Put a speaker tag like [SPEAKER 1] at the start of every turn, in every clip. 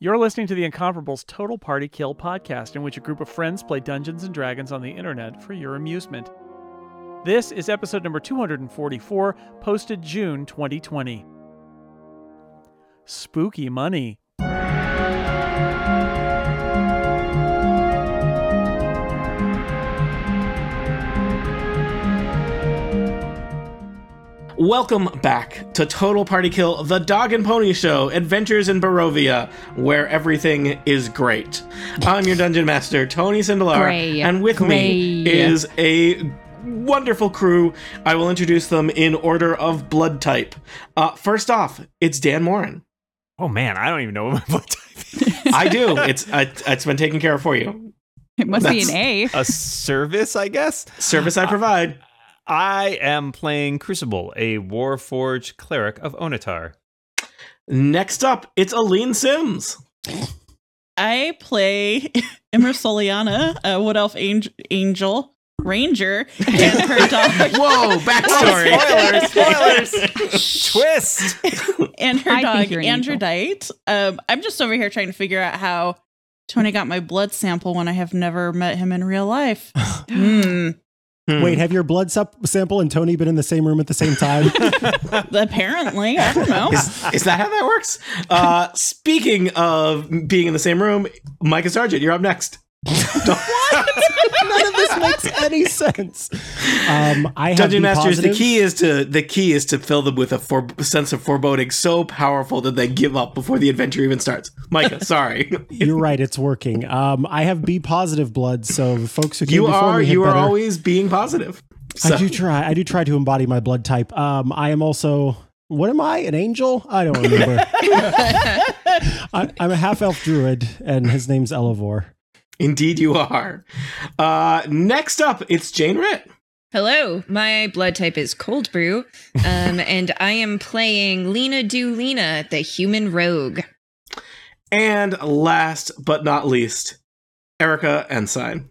[SPEAKER 1] You're listening to the Incomparables Total Party Kill podcast, in which a group of friends play Dungeons and Dragons on the internet for your amusement. This is episode number 244, posted June 2020. Spooky Money.
[SPEAKER 2] Welcome back to Total Party Kill, the Dog and Pony Show, Adventures in Barovia, where everything is great. I'm your Dungeon Master, Tony Sindelar,
[SPEAKER 3] Gray.
[SPEAKER 2] and with me
[SPEAKER 3] Gray.
[SPEAKER 2] is a wonderful crew. I will introduce them in order of blood type. Uh, first off, it's Dan Morin.
[SPEAKER 4] Oh man, I don't even know what my blood type is.
[SPEAKER 2] I do. It's I, it's been taken care of for you.
[SPEAKER 3] It must be
[SPEAKER 2] That's-
[SPEAKER 3] an A.
[SPEAKER 4] A service, I guess.
[SPEAKER 2] Service I provide.
[SPEAKER 4] I am playing Crucible, a Warforged cleric of Onatar.
[SPEAKER 2] Next up, it's Aline Sims.
[SPEAKER 5] I play Imra Soliana, a wood elf ang- angel ranger, and her dog
[SPEAKER 2] Whoa, backstory.
[SPEAKER 4] Oh, spoilers, spoilers. Twist.
[SPEAKER 5] and her
[SPEAKER 3] I think
[SPEAKER 5] dog
[SPEAKER 3] you're an
[SPEAKER 5] Androdite. Um, I'm just over here trying to figure out how Tony got my blood sample when I have never met him in real life. Hmm.
[SPEAKER 6] Wait, have your blood sup- sample and Tony been in the same room at the same time?
[SPEAKER 5] Apparently, I don't know.
[SPEAKER 2] is, is that how that works? Uh, speaking of being in the same room, Micah Sargent, you're up next.
[SPEAKER 6] None of this makes any sense. Um, I have
[SPEAKER 2] Dungeon
[SPEAKER 6] B
[SPEAKER 2] Masters. The
[SPEAKER 6] positive.
[SPEAKER 2] key is to the key is to fill them with a for- sense of foreboding so powerful that they give up before the adventure even starts. Micah, sorry,
[SPEAKER 6] You're right, it's working. Um, I have B positive blood, so the folks who came
[SPEAKER 2] you
[SPEAKER 6] before
[SPEAKER 2] are
[SPEAKER 6] me had
[SPEAKER 2] you are
[SPEAKER 6] better-
[SPEAKER 2] always being positive.
[SPEAKER 6] I do try. I do try to embody my blood type. Um, I am also. What am I? An angel? I don't remember. I, I'm a half elf druid, and his name's Elevor.
[SPEAKER 2] Indeed, you are. Uh, next up, it's Jane Ritt.
[SPEAKER 7] Hello, my blood type is cold brew, um, and I am playing Lena Do Lena, the human rogue.
[SPEAKER 2] And last but not least, Erica Ensign.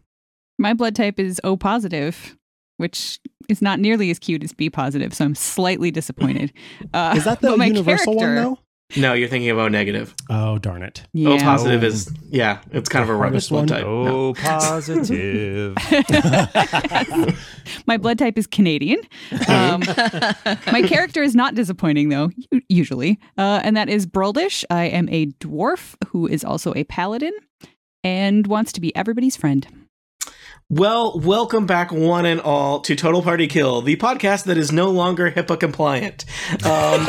[SPEAKER 3] My blood type is O positive, which is not nearly as cute as B positive, so I'm slightly disappointed. Uh,
[SPEAKER 6] Is that the
[SPEAKER 3] but my
[SPEAKER 6] universal one,
[SPEAKER 3] character-
[SPEAKER 6] though?
[SPEAKER 2] No, you're thinking of O negative.
[SPEAKER 6] Oh, darn it.
[SPEAKER 3] Yeah.
[SPEAKER 2] O positive is yeah, it's kind of a rubbish
[SPEAKER 6] Hardest
[SPEAKER 2] blood
[SPEAKER 6] one.
[SPEAKER 2] type. No.
[SPEAKER 4] Oh, positive.
[SPEAKER 3] my blood type is Canadian. Um, my character is not disappointing, though, u- usually. Uh, and that is Broldish. I am a dwarf who is also a paladin and wants to be everybody's friend.
[SPEAKER 2] Well, welcome back, one and all, to Total Party Kill, the podcast that is no longer HIPAA compliant. Um,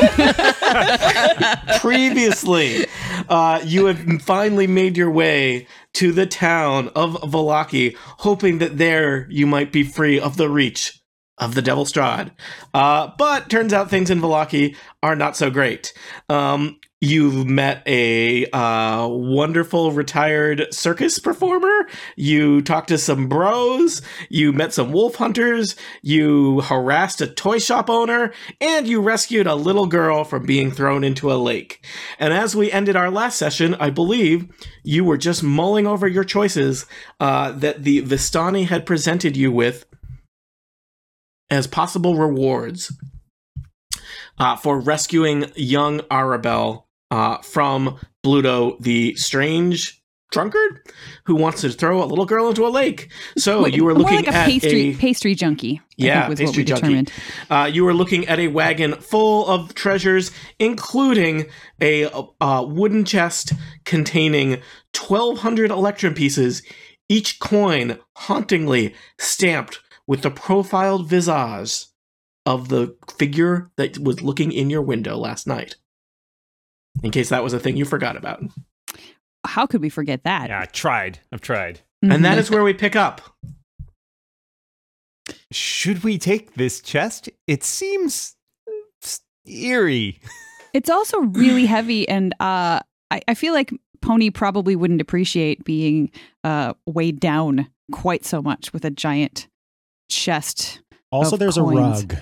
[SPEAKER 2] previously, uh, you have finally made your way to the town of Valaki, hoping that there you might be free of the reach of the Devil Strahd. Uh, but turns out things in Valaki are not so great. Um, you've met a uh, wonderful retired circus performer. You talked to some bros. You met some wolf hunters. You harassed a toy shop owner. And you rescued a little girl from being thrown into a lake. And as we ended our last session, I believe you were just mulling over your choices uh, that the Vistani had presented you with as possible rewards uh, for rescuing young Arabelle uh, from Bluto, the strange drunkard who wants to throw a little girl into a lake. So
[SPEAKER 3] Wait,
[SPEAKER 2] Oh, you were
[SPEAKER 3] more
[SPEAKER 2] looking
[SPEAKER 3] like a
[SPEAKER 2] at
[SPEAKER 3] pastry
[SPEAKER 2] a
[SPEAKER 3] pastry junkie.
[SPEAKER 2] Yeah,
[SPEAKER 3] I think was
[SPEAKER 2] pastry
[SPEAKER 3] what we
[SPEAKER 2] junkie.
[SPEAKER 3] determined.
[SPEAKER 2] uh, you were looking at a wagon full of treasures, including a uh, wooden chest containing 1,200 electrum pieces, each coin hauntingly stamped with the profiled visage of the figure that was looking in your window last night. In case that was a thing you forgot about.
[SPEAKER 3] How could we forget that?
[SPEAKER 4] yeah, I tried. I've tried.
[SPEAKER 3] Mhm.
[SPEAKER 2] And that is where we pick up.
[SPEAKER 4] Should we take this chest? It seems eerie.
[SPEAKER 3] It's also really heavy, and uh, I, I feel like Pony probably wouldn't appreciate being uh, weighed down quite so much with a giant chest.
[SPEAKER 6] Also,
[SPEAKER 3] Of
[SPEAKER 6] there's
[SPEAKER 3] coins.
[SPEAKER 6] a rug.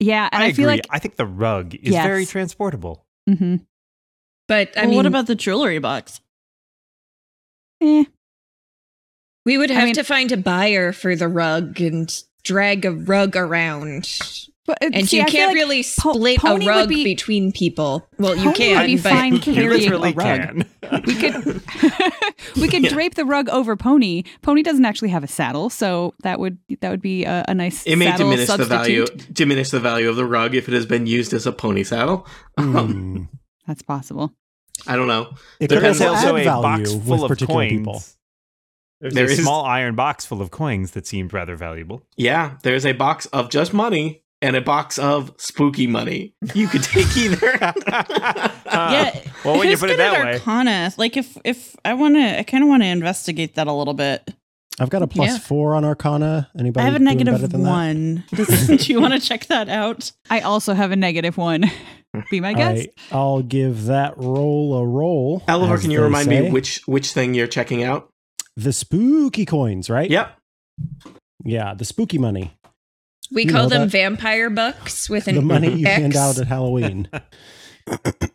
[SPEAKER 3] Yeah, and I,
[SPEAKER 4] I,
[SPEAKER 3] feel
[SPEAKER 4] agree.
[SPEAKER 3] like
[SPEAKER 4] I think the rug is
[SPEAKER 3] Yes.
[SPEAKER 4] very transportable.
[SPEAKER 3] mhm.
[SPEAKER 7] But I
[SPEAKER 5] Well,
[SPEAKER 7] mean,
[SPEAKER 5] what about the jewelry box?
[SPEAKER 3] Eh,
[SPEAKER 7] we would
[SPEAKER 3] I
[SPEAKER 7] have
[SPEAKER 3] mean-
[SPEAKER 7] to find a buyer for the rug and drag a rug around.
[SPEAKER 3] But, uh,
[SPEAKER 7] And
[SPEAKER 3] see,
[SPEAKER 7] you
[SPEAKER 3] I feel
[SPEAKER 7] can't
[SPEAKER 3] like
[SPEAKER 7] really
[SPEAKER 3] po-
[SPEAKER 7] split a
[SPEAKER 3] pony would
[SPEAKER 7] rug
[SPEAKER 3] be-
[SPEAKER 7] between people. Well, you
[SPEAKER 3] Pony would
[SPEAKER 7] can,
[SPEAKER 3] be
[SPEAKER 7] but
[SPEAKER 3] fine
[SPEAKER 4] You
[SPEAKER 3] carrying
[SPEAKER 4] literally
[SPEAKER 3] a rug.
[SPEAKER 4] can.
[SPEAKER 3] We could we could drape the rug over Pony. Pony doesn't actually have a saddle, so that would that would be a, a nice
[SPEAKER 2] It may
[SPEAKER 3] saddle
[SPEAKER 2] diminish
[SPEAKER 3] substitute.
[SPEAKER 2] the value diminish the value of the rug if it has been used as a pony saddle. Um,
[SPEAKER 6] Hmm.
[SPEAKER 3] That's possible.
[SPEAKER 2] I don't know.
[SPEAKER 6] It could
[SPEAKER 4] There's
[SPEAKER 6] also
[SPEAKER 4] also
[SPEAKER 6] add
[SPEAKER 4] a
[SPEAKER 6] value
[SPEAKER 4] box
[SPEAKER 6] with
[SPEAKER 4] full of
[SPEAKER 6] particular
[SPEAKER 4] coins.
[SPEAKER 6] people.
[SPEAKER 4] There's
[SPEAKER 2] There
[SPEAKER 4] a
[SPEAKER 2] is-
[SPEAKER 4] small iron box full of coins that seemed rather valuable.
[SPEAKER 2] Yeah, there's a box of just money and a box of spooky money. You could take either.
[SPEAKER 3] Uh,
[SPEAKER 5] yeah.
[SPEAKER 4] Well, when you
[SPEAKER 5] who's
[SPEAKER 4] put it
[SPEAKER 5] good at
[SPEAKER 4] that way,
[SPEAKER 5] Arcana? Like if if I want to, I kind of want to investigate that a little bit.
[SPEAKER 6] I've got a plus
[SPEAKER 7] Yeah.
[SPEAKER 6] four on Arcana. Anybody?
[SPEAKER 5] I have a
[SPEAKER 6] doing better
[SPEAKER 5] negative
[SPEAKER 6] than that?
[SPEAKER 5] one. Does, do you want to check that out?
[SPEAKER 3] I also have a negative one. be my guest.
[SPEAKER 6] I, will give that roll a roll.
[SPEAKER 2] Oliver,
[SPEAKER 6] as
[SPEAKER 2] can you
[SPEAKER 6] they
[SPEAKER 2] remind me
[SPEAKER 6] say.
[SPEAKER 2] which which thing you're checking out?
[SPEAKER 6] the spooky coins, right?
[SPEAKER 2] Yep.
[SPEAKER 6] Yeah, the spooky money,
[SPEAKER 7] we
[SPEAKER 6] You
[SPEAKER 7] call
[SPEAKER 6] know
[SPEAKER 7] them
[SPEAKER 6] that-
[SPEAKER 7] vampire bucks with an
[SPEAKER 6] the money you
[SPEAKER 7] X.
[SPEAKER 6] hand out at Halloween.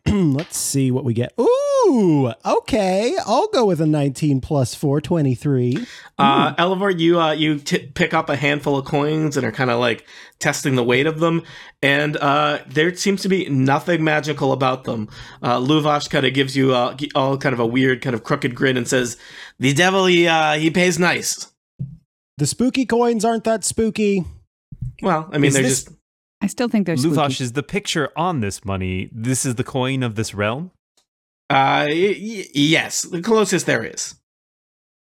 [SPEAKER 6] Let's see what we get. Ooh, okay. I'll go with a 19 plus 4, 23.
[SPEAKER 2] Uh, Elevor, you uh, you t- pick up a handful of coins and are kind of like testing the weight of them, and uh, there seems to be nothing magical about them. Uh, Luvash kind of gives you uh, g- all kind of a weird, kind of crooked grin and says, "The devil, he uh, he pays nice."
[SPEAKER 6] The spooky coins aren't that spooky.
[SPEAKER 2] Well, I mean,
[SPEAKER 4] Is
[SPEAKER 2] they're
[SPEAKER 4] this-
[SPEAKER 2] just
[SPEAKER 3] I still think there's
[SPEAKER 4] Luvash is the picture on this money. This is the coin of this realm,
[SPEAKER 2] uh, y- y- yes, the closest there is.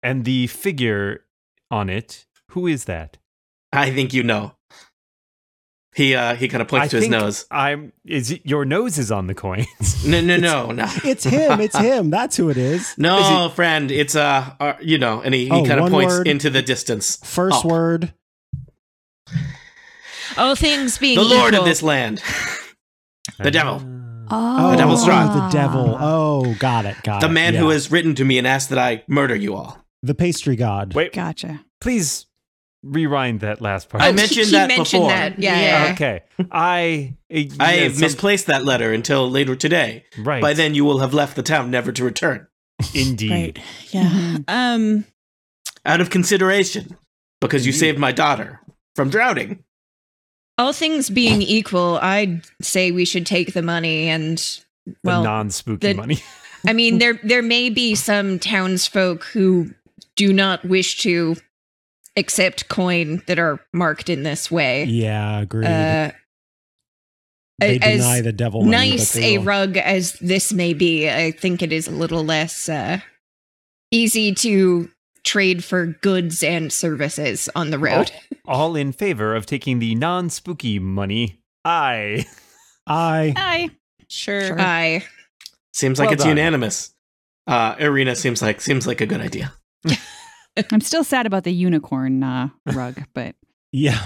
[SPEAKER 4] and the figure on it. Who is that?
[SPEAKER 2] I think you know. He uh, he kind of points
[SPEAKER 4] I
[SPEAKER 2] to his
[SPEAKER 4] think
[SPEAKER 2] nose.
[SPEAKER 4] I'm. Is it, your nose is on the coins?
[SPEAKER 2] No, no, no, no.
[SPEAKER 6] It's him. It's him. That's who it is.
[SPEAKER 2] No, friend, it's uh, uh, you know, and he, he
[SPEAKER 6] Oh,
[SPEAKER 2] kind of
[SPEAKER 6] one
[SPEAKER 2] points
[SPEAKER 6] word.
[SPEAKER 2] into the distance. Up.
[SPEAKER 6] First word.
[SPEAKER 7] All things being
[SPEAKER 2] the lord of
[SPEAKER 7] equal.
[SPEAKER 2] this land, The devil.
[SPEAKER 3] Oh.
[SPEAKER 2] The devil's rod.
[SPEAKER 6] The devil. Oh, got it. Got
[SPEAKER 2] the
[SPEAKER 6] it.
[SPEAKER 2] man who
[SPEAKER 6] Yeah.
[SPEAKER 2] has written to me and asked that I murder you all.
[SPEAKER 6] the pastry god.
[SPEAKER 4] Wait,
[SPEAKER 3] Gotcha.
[SPEAKER 4] please rewind that last part.
[SPEAKER 2] I
[SPEAKER 7] Oh,
[SPEAKER 2] mentioned
[SPEAKER 7] he
[SPEAKER 2] that
[SPEAKER 7] mentioned
[SPEAKER 2] before.
[SPEAKER 7] that. Yeah. yeah.
[SPEAKER 4] okay. I. I
[SPEAKER 2] I misplaced that letter until later today.
[SPEAKER 4] Right.
[SPEAKER 2] By then, you will have left the town, never to return.
[SPEAKER 4] Indeed.
[SPEAKER 7] Mm-hmm.
[SPEAKER 5] Yeah.
[SPEAKER 3] Mhm.
[SPEAKER 5] Um.
[SPEAKER 2] Out of consideration, because you
[SPEAKER 6] Mm-hmm.
[SPEAKER 4] Indeed.
[SPEAKER 2] saved my daughter from drowning.
[SPEAKER 7] All things being equal, I'd say we should take the money and
[SPEAKER 4] the
[SPEAKER 7] well,
[SPEAKER 4] non-spooky
[SPEAKER 7] the-
[SPEAKER 4] money.
[SPEAKER 7] I mean there there may be some townsfolk who do not wish to accept coin that are marked in this way.
[SPEAKER 6] Yeah, agreed.
[SPEAKER 7] Uh,
[SPEAKER 6] they
[SPEAKER 7] as
[SPEAKER 6] deny the devil. money, but
[SPEAKER 7] nice
[SPEAKER 6] they
[SPEAKER 7] a
[SPEAKER 6] will.
[SPEAKER 7] rug as this may be, I think it is a little less uh, easy to trade for goods and services on the road.
[SPEAKER 4] All in favor of taking the non-spooky money. I.
[SPEAKER 6] I
[SPEAKER 5] I sure.
[SPEAKER 3] Oh, Sure.
[SPEAKER 7] I
[SPEAKER 2] Seems like
[SPEAKER 4] Well
[SPEAKER 2] it's
[SPEAKER 4] done.
[SPEAKER 2] unanimous. Uh, Irina seems like seems like a good idea.
[SPEAKER 3] I'm still sad about the unicorn uh, rug, but
[SPEAKER 6] yeah.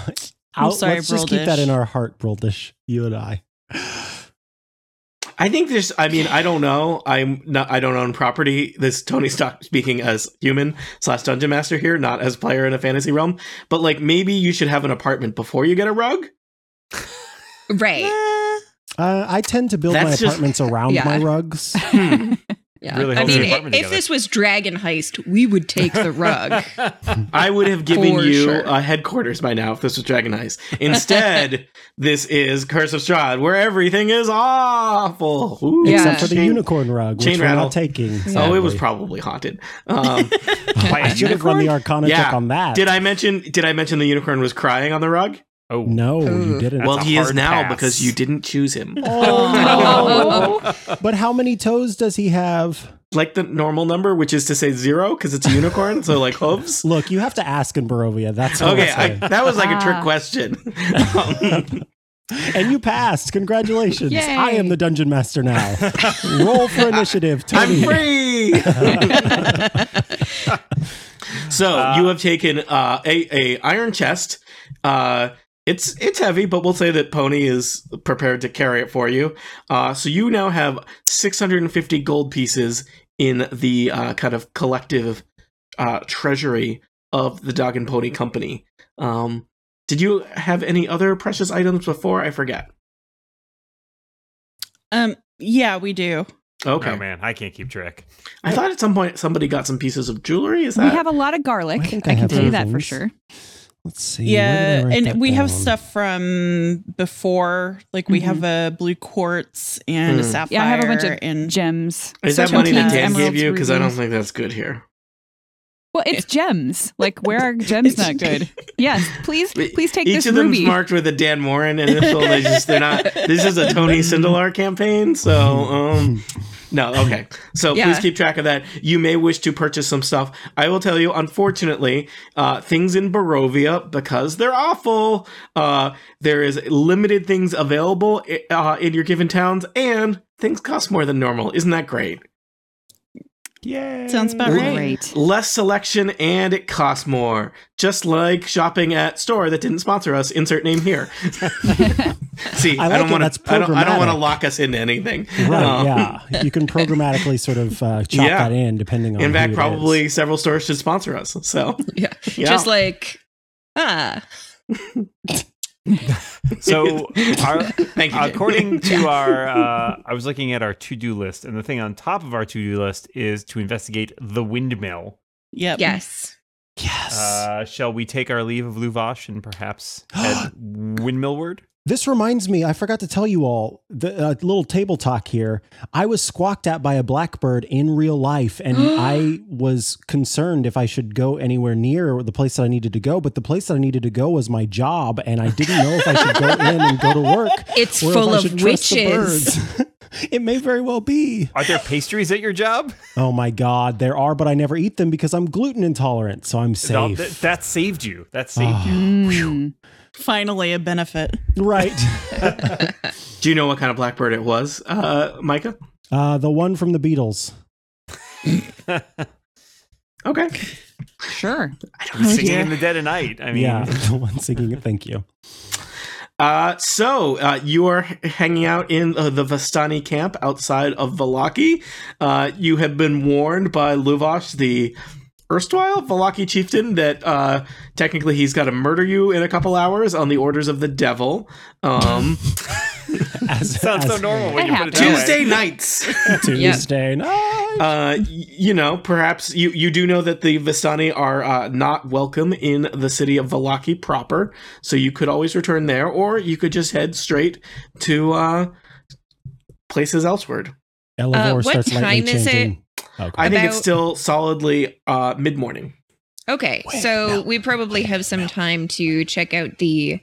[SPEAKER 5] I'm
[SPEAKER 6] Out-
[SPEAKER 5] sorry,
[SPEAKER 6] let's just keep that
[SPEAKER 5] Broldish.
[SPEAKER 6] in our heart, Broldish. You and I.
[SPEAKER 2] I think there's. I mean, I don't know. I'm not. I don't own property. This Tony Stock speaking as human slash dungeon master here, not as player in a fantasy realm. But like, maybe you should have an apartment before you get a rug.
[SPEAKER 7] right.
[SPEAKER 6] Uh, I tend to build my
[SPEAKER 2] That's just-
[SPEAKER 6] apartments around
[SPEAKER 7] Yeah.
[SPEAKER 6] my rugs.
[SPEAKER 2] Hmm.
[SPEAKER 7] Yeah.
[SPEAKER 4] Really
[SPEAKER 7] I
[SPEAKER 4] holds
[SPEAKER 7] mean,
[SPEAKER 4] the
[SPEAKER 7] i-
[SPEAKER 4] apartment
[SPEAKER 7] if
[SPEAKER 4] together.
[SPEAKER 7] this was Dragon Heist, we would take the rug.
[SPEAKER 2] I would have given
[SPEAKER 7] For
[SPEAKER 2] you
[SPEAKER 7] sure.
[SPEAKER 2] uh, headquarters by now if this was Dragon Heist. Instead, this is Curse of Strahd, where everything is awful. Ooh.
[SPEAKER 7] Yeah.
[SPEAKER 6] Except for the
[SPEAKER 2] Chain-
[SPEAKER 6] unicorn rug, which
[SPEAKER 2] chain
[SPEAKER 6] we're
[SPEAKER 2] rattle.
[SPEAKER 6] not taking.
[SPEAKER 2] Oh, it was
[SPEAKER 6] sadly.
[SPEAKER 2] probably haunted. Um,
[SPEAKER 4] By a
[SPEAKER 6] I should have run the
[SPEAKER 4] unicorn?
[SPEAKER 6] Arcana
[SPEAKER 2] Yeah.
[SPEAKER 6] check on that.
[SPEAKER 2] did I mention? Did I mention the unicorn was crying on the rug?
[SPEAKER 4] Oh.
[SPEAKER 6] No, you
[SPEAKER 7] Ooh.
[SPEAKER 6] didn't.
[SPEAKER 2] well,
[SPEAKER 4] a
[SPEAKER 2] he is
[SPEAKER 4] hard
[SPEAKER 2] now
[SPEAKER 4] pass.
[SPEAKER 2] because you didn't choose him.
[SPEAKER 6] Oh, no. but how many toes does he have?
[SPEAKER 2] Like the normal number, which is to say zero, because it's a unicorn. so like hooves.
[SPEAKER 6] Look, you have to ask in Barovia. Oh, That's all
[SPEAKER 2] Okay,
[SPEAKER 6] I'm
[SPEAKER 2] I,
[SPEAKER 6] saying.
[SPEAKER 2] that was like a trick
[SPEAKER 3] Ah.
[SPEAKER 2] question. Um,
[SPEAKER 6] and you passed. Congratulations.
[SPEAKER 3] Yay.
[SPEAKER 6] I am the dungeon master now. Roll for initiative,
[SPEAKER 2] I'm
[SPEAKER 6] Tony.
[SPEAKER 2] free. so you have taken uh, a a iron chest. Uh, it's it's heavy, but we'll say that Pony is prepared to carry it for you. Uh, so you now have 650 gold pieces in the uh, kind of collective uh, treasury of the Dog and Pony Company. Um, did you have any other precious items before? I forget.
[SPEAKER 5] Um. Yeah, we do.
[SPEAKER 4] Oh,
[SPEAKER 2] Okay,
[SPEAKER 4] man, I can't keep track.
[SPEAKER 2] I thought at some point somebody got some pieces of jewelry. Is that
[SPEAKER 3] we have a lot of garlic.
[SPEAKER 6] I
[SPEAKER 3] I,
[SPEAKER 6] think I
[SPEAKER 3] can
[SPEAKER 6] have
[SPEAKER 3] tell you that for
[SPEAKER 6] things.
[SPEAKER 3] sure.
[SPEAKER 6] Let's see. where
[SPEAKER 5] yeah,
[SPEAKER 6] did I write
[SPEAKER 5] and
[SPEAKER 6] that
[SPEAKER 5] we have
[SPEAKER 6] down?
[SPEAKER 5] stuff from before. Like we
[SPEAKER 3] Mhm.
[SPEAKER 5] have
[SPEAKER 7] Mm-hmm.
[SPEAKER 5] a blue quartz and a
[SPEAKER 2] Hmm.
[SPEAKER 4] Mm.
[SPEAKER 5] sapphire.
[SPEAKER 3] Yeah, I have a bunch of
[SPEAKER 5] and
[SPEAKER 3] Gems.
[SPEAKER 2] Is
[SPEAKER 3] So
[SPEAKER 2] that money that
[SPEAKER 3] chunky
[SPEAKER 2] Dan
[SPEAKER 3] emeralds,
[SPEAKER 2] gave you? Because I don't
[SPEAKER 3] rubies.
[SPEAKER 2] think that's good here.
[SPEAKER 3] Well, it's gems. Like, where are gems not good? Yes, please,
[SPEAKER 2] Wait,
[SPEAKER 3] please take
[SPEAKER 2] Each
[SPEAKER 3] this
[SPEAKER 2] of them's
[SPEAKER 3] ruby.
[SPEAKER 2] marked with a Dan Morin initial. They just they're not. This is a Tony Sindelar campaign, so um, no. Okay, so
[SPEAKER 7] Yeah.
[SPEAKER 2] please keep track of that. You may wish to purchase some stuff. I will tell you, unfortunately, uh, things in Barovia because they're awful. Uh, there is limited things available i- uh, in your given towns, and things cost more than normal. Isn't that great?
[SPEAKER 4] Yeah.
[SPEAKER 5] Sounds about right.
[SPEAKER 3] Great.
[SPEAKER 2] Less selection and it costs more. Just like shopping at store that didn't sponsor us. Insert name here. See,
[SPEAKER 6] I
[SPEAKER 2] I,
[SPEAKER 6] like
[SPEAKER 2] don't
[SPEAKER 6] it.
[SPEAKER 2] want
[SPEAKER 6] That's
[SPEAKER 2] to. I don't, I don't want to
[SPEAKER 6] programmatic.
[SPEAKER 2] lock us into anything.
[SPEAKER 6] Right,
[SPEAKER 2] Um,
[SPEAKER 6] yeah. You can programmatically sort of uh, chop
[SPEAKER 2] Yeah.
[SPEAKER 6] that in depending on
[SPEAKER 2] In
[SPEAKER 6] who
[SPEAKER 2] fact,
[SPEAKER 6] it
[SPEAKER 2] probably
[SPEAKER 6] is.
[SPEAKER 2] several stores should sponsor us. So,
[SPEAKER 7] Yeah.
[SPEAKER 2] yeah.
[SPEAKER 7] Just like, ah,
[SPEAKER 4] So, our,
[SPEAKER 2] thank you. Jay.
[SPEAKER 4] according to our, uh, I was looking at our to do list, and the thing on top of our to do list is to investigate the windmill.
[SPEAKER 5] yep.
[SPEAKER 7] yes.
[SPEAKER 6] Yes.
[SPEAKER 4] Uh, shall we take our leave of Luvash and perhaps head windmillward?
[SPEAKER 6] This reminds me, I forgot to tell you all the uh, little table talk here. I was squawked at by a blackbird in real life, and I was concerned if I should go anywhere near the place that I needed to go. But the place that I needed to go was my job, and I didn't know if I should go in and go to work.
[SPEAKER 7] It's
[SPEAKER 6] or if
[SPEAKER 7] full
[SPEAKER 6] I
[SPEAKER 7] of
[SPEAKER 6] should trust the
[SPEAKER 7] witches.
[SPEAKER 6] birds. it may very well be.
[SPEAKER 4] Are there pastries at your job?
[SPEAKER 6] Oh my God, there are, but I never eat them because I'm gluten intolerant, so I'm safe.
[SPEAKER 4] No, that, that saved you. That saved
[SPEAKER 6] Ah.
[SPEAKER 4] you.
[SPEAKER 3] Mm.
[SPEAKER 5] Finally, a benefit.
[SPEAKER 6] right.
[SPEAKER 2] do you know what kind of blackbird it was, uh, Micah?
[SPEAKER 6] Uh, the one from the Beatles.
[SPEAKER 2] Okay,
[SPEAKER 3] Sure.
[SPEAKER 4] Singing in the dead of night. I mean,
[SPEAKER 6] yeah, the one singing it. Thank you.
[SPEAKER 2] Uh, so uh, you are h- hanging out in uh, the Vastani camp outside of Valaki. Uh, you have been warned by Luvash, the erstwhile Valaki chieftain, that uh, technically he's got to murder you in a couple hours on the orders of the devil. Um,
[SPEAKER 6] As,
[SPEAKER 4] sounds so
[SPEAKER 6] as-
[SPEAKER 4] normal when
[SPEAKER 3] It
[SPEAKER 4] you put it that way.
[SPEAKER 2] Tuesday nights.
[SPEAKER 6] Tuesday night.
[SPEAKER 2] Uh, y- you know, perhaps you, you do know that the Vistani are uh, not welcome in the city of Valaki proper, so you could always return there, or you could just head straight to uh, places elsewhere.
[SPEAKER 6] Elevore
[SPEAKER 7] what
[SPEAKER 6] starts lightly
[SPEAKER 7] time is it?
[SPEAKER 6] changing. Okay.
[SPEAKER 2] I think it's
[SPEAKER 7] About-
[SPEAKER 2] still solidly uh, mid morning.
[SPEAKER 7] Okay,
[SPEAKER 6] Wait,
[SPEAKER 7] so
[SPEAKER 6] no.
[SPEAKER 7] we probably have some time to check out the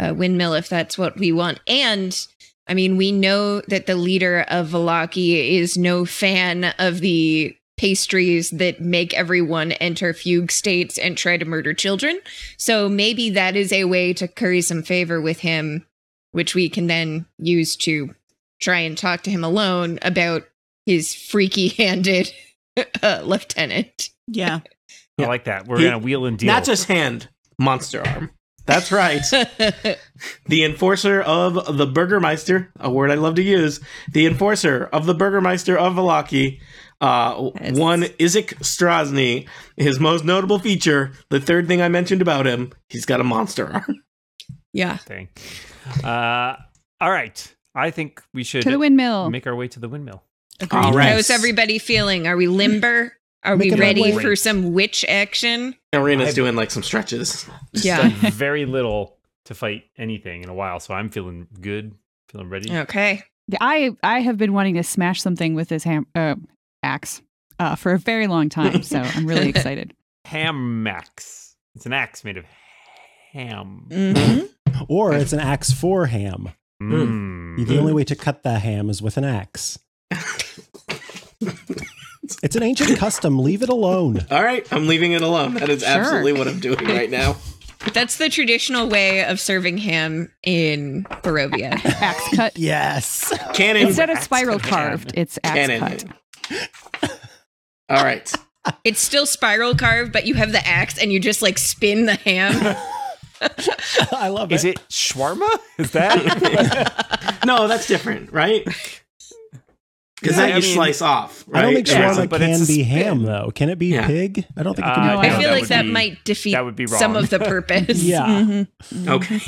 [SPEAKER 7] uh, windmill if that's what we want. And I mean, we know that the leader of Valaki is no fan of the pastries that make everyone enter fugue states and try to murder children. So maybe that is a way to curry some favor with him, which we can then use to try and talk to him alone about his freaky handed uh, lieutenant.
[SPEAKER 5] Yeah.
[SPEAKER 4] I like that. We're
[SPEAKER 2] He-
[SPEAKER 4] gonna wheel and deal.
[SPEAKER 2] Not just hand, monster arm. That's right. the enforcer of the Burgermeister, a word I love to use, the enforcer of the Burgermeister of Valaki, uh,
[SPEAKER 7] Yes.
[SPEAKER 2] one Isaac Strozny. His most notable feature, the third thing I mentioned about him, he's got a monster arm.
[SPEAKER 7] yeah.
[SPEAKER 4] thing. Uh, all right. I think we should
[SPEAKER 3] To the windmill.
[SPEAKER 4] make our way to the windmill.
[SPEAKER 2] All right.
[SPEAKER 7] How's everybody feeling? Are we limber? Are we
[SPEAKER 6] Making our
[SPEAKER 7] ready
[SPEAKER 4] way.
[SPEAKER 7] for some witch action?
[SPEAKER 2] Arena's
[SPEAKER 4] I've-
[SPEAKER 2] doing like some stretches.
[SPEAKER 7] Yeah.
[SPEAKER 4] Done very little to fight anything in a while, so I'm feeling good, feeling ready.
[SPEAKER 7] Okay.
[SPEAKER 3] Yeah, I I have been wanting to smash something with this ham uh, axe uh, for a very long time, so I'm really excited.
[SPEAKER 4] Ham max. It's an axe made of ham.
[SPEAKER 5] Mhm.
[SPEAKER 6] Or it's an axe for ham.
[SPEAKER 4] Mm.
[SPEAKER 6] The only way to cut the ham is with an axe. it's an ancient custom. Leave it alone.
[SPEAKER 2] All right, I'm leaving it alone. That is
[SPEAKER 3] Sure.
[SPEAKER 2] absolutely what I'm doing right now.
[SPEAKER 7] That's the traditional way of serving ham in Barovia.
[SPEAKER 3] Axe cut.
[SPEAKER 6] Yes.
[SPEAKER 2] Cannon.
[SPEAKER 3] Instead of
[SPEAKER 4] axe
[SPEAKER 3] spiral
[SPEAKER 4] cut
[SPEAKER 3] carved, it's axe
[SPEAKER 2] cannon.
[SPEAKER 3] cut.
[SPEAKER 2] All right.
[SPEAKER 7] It's still spiral carved, but you have the axe and you just like spin the ham.
[SPEAKER 6] I love
[SPEAKER 4] Is
[SPEAKER 6] it.
[SPEAKER 4] it shawarma? Is that?
[SPEAKER 2] No, that's different, right? Because
[SPEAKER 4] Yeah,
[SPEAKER 2] that
[SPEAKER 4] I
[SPEAKER 2] you
[SPEAKER 4] mean-
[SPEAKER 2] slice off, right?
[SPEAKER 6] I don't think
[SPEAKER 4] Yeah.
[SPEAKER 6] shawarma
[SPEAKER 4] But
[SPEAKER 6] can
[SPEAKER 4] it's a
[SPEAKER 6] be ham
[SPEAKER 4] spin.
[SPEAKER 6] though. Can it be
[SPEAKER 2] Yeah.
[SPEAKER 6] pig? I don't think it can
[SPEAKER 4] Uh,
[SPEAKER 6] be
[SPEAKER 7] I
[SPEAKER 4] no,
[SPEAKER 6] pig.
[SPEAKER 7] feel
[SPEAKER 4] that
[SPEAKER 7] like
[SPEAKER 4] would
[SPEAKER 7] that
[SPEAKER 4] be-
[SPEAKER 7] might defeat
[SPEAKER 4] that would be
[SPEAKER 7] some
[SPEAKER 4] wrong.
[SPEAKER 7] of the purpose.
[SPEAKER 6] Yeah.
[SPEAKER 5] Mhm.
[SPEAKER 2] Okay.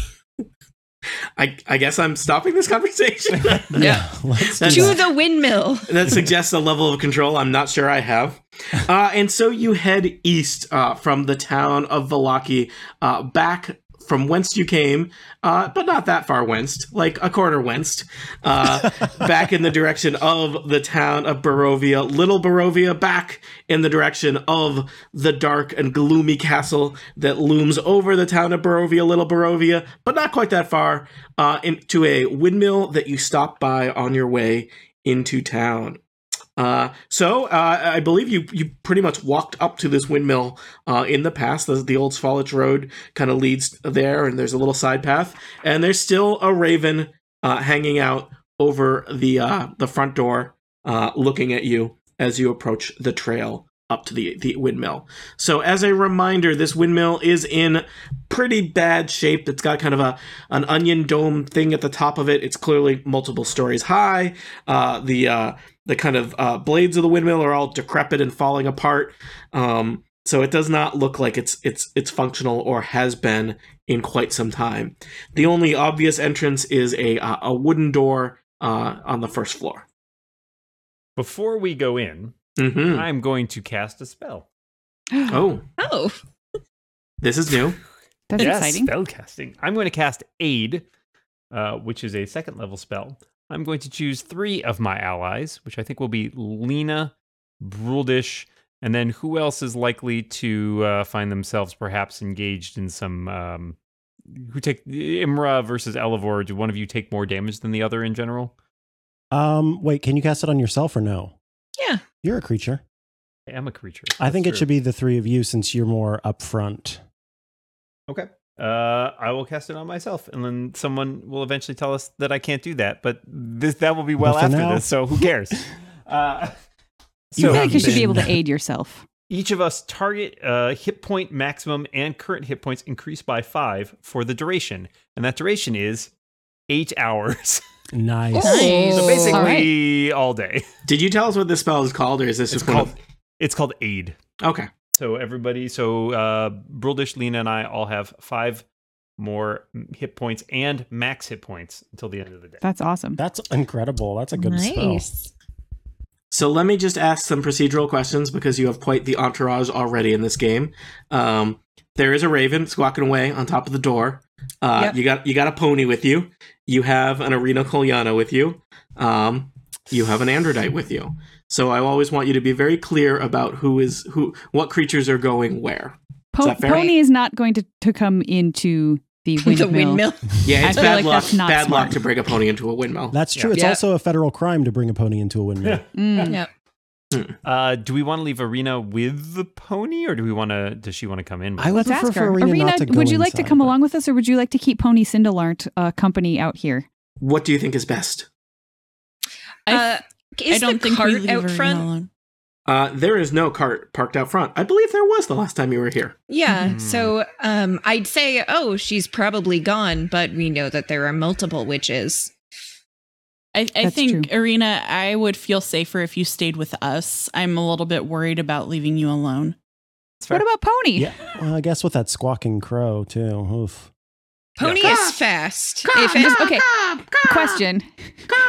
[SPEAKER 2] I, I guess I'm stopping this conversation.
[SPEAKER 7] Yeah.
[SPEAKER 6] Let's do
[SPEAKER 2] That's-
[SPEAKER 7] to
[SPEAKER 6] that.
[SPEAKER 7] the windmill.
[SPEAKER 2] that suggests a level of control I'm not sure I have. Uh, and so you head east uh, from the town of Valaki, uh, back from whence you came, uh, but not that far whence, like a quarter whence, uh, back in the direction of the town of Barovia, Little Barovia, back in the direction of the dark and gloomy castle that looms over the town of Barovia, Little Barovia, but not quite that far, uh, into a windmill that you stop by on your way into town. Uh, so uh, I believe you you pretty much walked up to this windmill uh, in the past. The, the old Swalich Road kind of leads there, and there's a little side path, and there's still a raven uh, hanging out over the uh, the front door, uh, looking at you as you approach the trail up to the the windmill. So as a reminder, this windmill is in pretty bad shape. It's got kind of a an onion dome thing at the top of it. It's clearly multiple stories high. Uh, the uh, the kind of uh, blades of the windmill are all decrepit and falling apart. Um, so it does not look like it's it's it's functional or has been in quite some time. The only obvious entrance is a uh, a wooden door uh, on the first floor.
[SPEAKER 4] Before we go in,
[SPEAKER 2] hmm
[SPEAKER 4] I'm going to cast a spell.
[SPEAKER 2] Oh,
[SPEAKER 7] Oh,
[SPEAKER 2] this is new.
[SPEAKER 3] That's
[SPEAKER 4] yes,
[SPEAKER 3] exciting.
[SPEAKER 4] spell casting. I'm going to cast Aid, uh, which is a second level spell. I'm going to choose three of my allies, which I think will be Lena, Bruldish, and then who else is likely to uh, find themselves perhaps engaged in some. Um, who take Imra versus Elivor? Do one of you take more damage than the other in general?
[SPEAKER 6] Um, wait, can you cast it on yourself or no?
[SPEAKER 7] Yeah.
[SPEAKER 6] You're a creature.
[SPEAKER 4] I am a creature.
[SPEAKER 6] I think it should be the three of you since you're more upfront.
[SPEAKER 4] Okay. Uh, I will cast it on myself, and then someone will eventually tell us that I can't do that. But this that will be well
[SPEAKER 6] But for
[SPEAKER 4] after
[SPEAKER 6] now-
[SPEAKER 4] this, so who cares? uh,
[SPEAKER 3] I
[SPEAKER 6] You
[SPEAKER 3] feel
[SPEAKER 4] so
[SPEAKER 3] like you should be
[SPEAKER 6] been.
[SPEAKER 3] able to aid yourself.
[SPEAKER 4] each of us target uh, hit point maximum and current hit points increase by five for the duration, and that duration is eight hours.
[SPEAKER 6] Nice.
[SPEAKER 7] Nice.
[SPEAKER 4] so
[SPEAKER 7] Oh.
[SPEAKER 4] basically, all,
[SPEAKER 3] All
[SPEAKER 4] day.
[SPEAKER 2] Did you tell us what this spell is called, or is this
[SPEAKER 4] It's
[SPEAKER 2] just one of-
[SPEAKER 4] called it's called aid.
[SPEAKER 2] Okay.
[SPEAKER 4] So everybody, so uh, Bruldish, Lena, and I all have five more hit points and max hit points until the end of the day.
[SPEAKER 3] That's awesome.
[SPEAKER 6] That's incredible. That's a good spell.
[SPEAKER 7] nice.
[SPEAKER 2] So let me just ask some procedural questions because you have quite the entourage already in this game. Um, there is a raven squawking away on top of the door. Uh,
[SPEAKER 5] Yep.
[SPEAKER 2] You got you got a pony with you. You have an arena Coliana with you. Um, you have an androdite with you. So I always want you to be very clear about who is who, what creatures are going where.
[SPEAKER 3] Po-
[SPEAKER 2] that fair?
[SPEAKER 3] Pony is not going to, to come into the windmill.
[SPEAKER 7] The windmill.
[SPEAKER 2] Yeah,
[SPEAKER 3] I
[SPEAKER 2] it's
[SPEAKER 3] feel
[SPEAKER 2] bad
[SPEAKER 3] like
[SPEAKER 2] luck.
[SPEAKER 3] that's not
[SPEAKER 2] Bad luck
[SPEAKER 3] smart.
[SPEAKER 2] to bring a pony into a windmill.
[SPEAKER 6] That's true.
[SPEAKER 4] Yeah.
[SPEAKER 6] It's
[SPEAKER 7] Yeah.
[SPEAKER 6] also a federal crime to bring a pony into a windmill.
[SPEAKER 3] Mm.
[SPEAKER 7] Yep.
[SPEAKER 4] Uh, do we want to leave Arena with the pony, or do we want to? Does she want to come in? with
[SPEAKER 6] I would
[SPEAKER 3] Let's
[SPEAKER 6] prefer
[SPEAKER 3] ask her.
[SPEAKER 6] for Arena, not to go
[SPEAKER 3] would you like to
[SPEAKER 6] inside,
[SPEAKER 3] come
[SPEAKER 6] but-
[SPEAKER 3] along with us, or would you like to keep Pony Cindelart uh, company out here?
[SPEAKER 2] What do you think is best?
[SPEAKER 5] I,
[SPEAKER 7] uh, is
[SPEAKER 5] I don't
[SPEAKER 7] the
[SPEAKER 5] think we
[SPEAKER 7] cart
[SPEAKER 5] leave
[SPEAKER 7] out
[SPEAKER 5] Arena
[SPEAKER 7] front?
[SPEAKER 5] alone.
[SPEAKER 2] Uh, there is no cart parked out front. I believe there was the last time you were here.
[SPEAKER 7] Yeah.
[SPEAKER 4] Hmm.
[SPEAKER 7] So um, I'd say, oh, she's probably gone, but we know that there are multiple witches.
[SPEAKER 5] I, I
[SPEAKER 3] That's
[SPEAKER 5] think Arena, I would feel safer if you stayed with us. I'm a little bit worried about leaving you alone.
[SPEAKER 4] That's fair.
[SPEAKER 3] What about Pony?
[SPEAKER 6] Yeah. Well, I guess with that squawking crow too. Oof.
[SPEAKER 7] Pony
[SPEAKER 4] Yeah.
[SPEAKER 7] is fast. If it-
[SPEAKER 3] Just- okay. Question.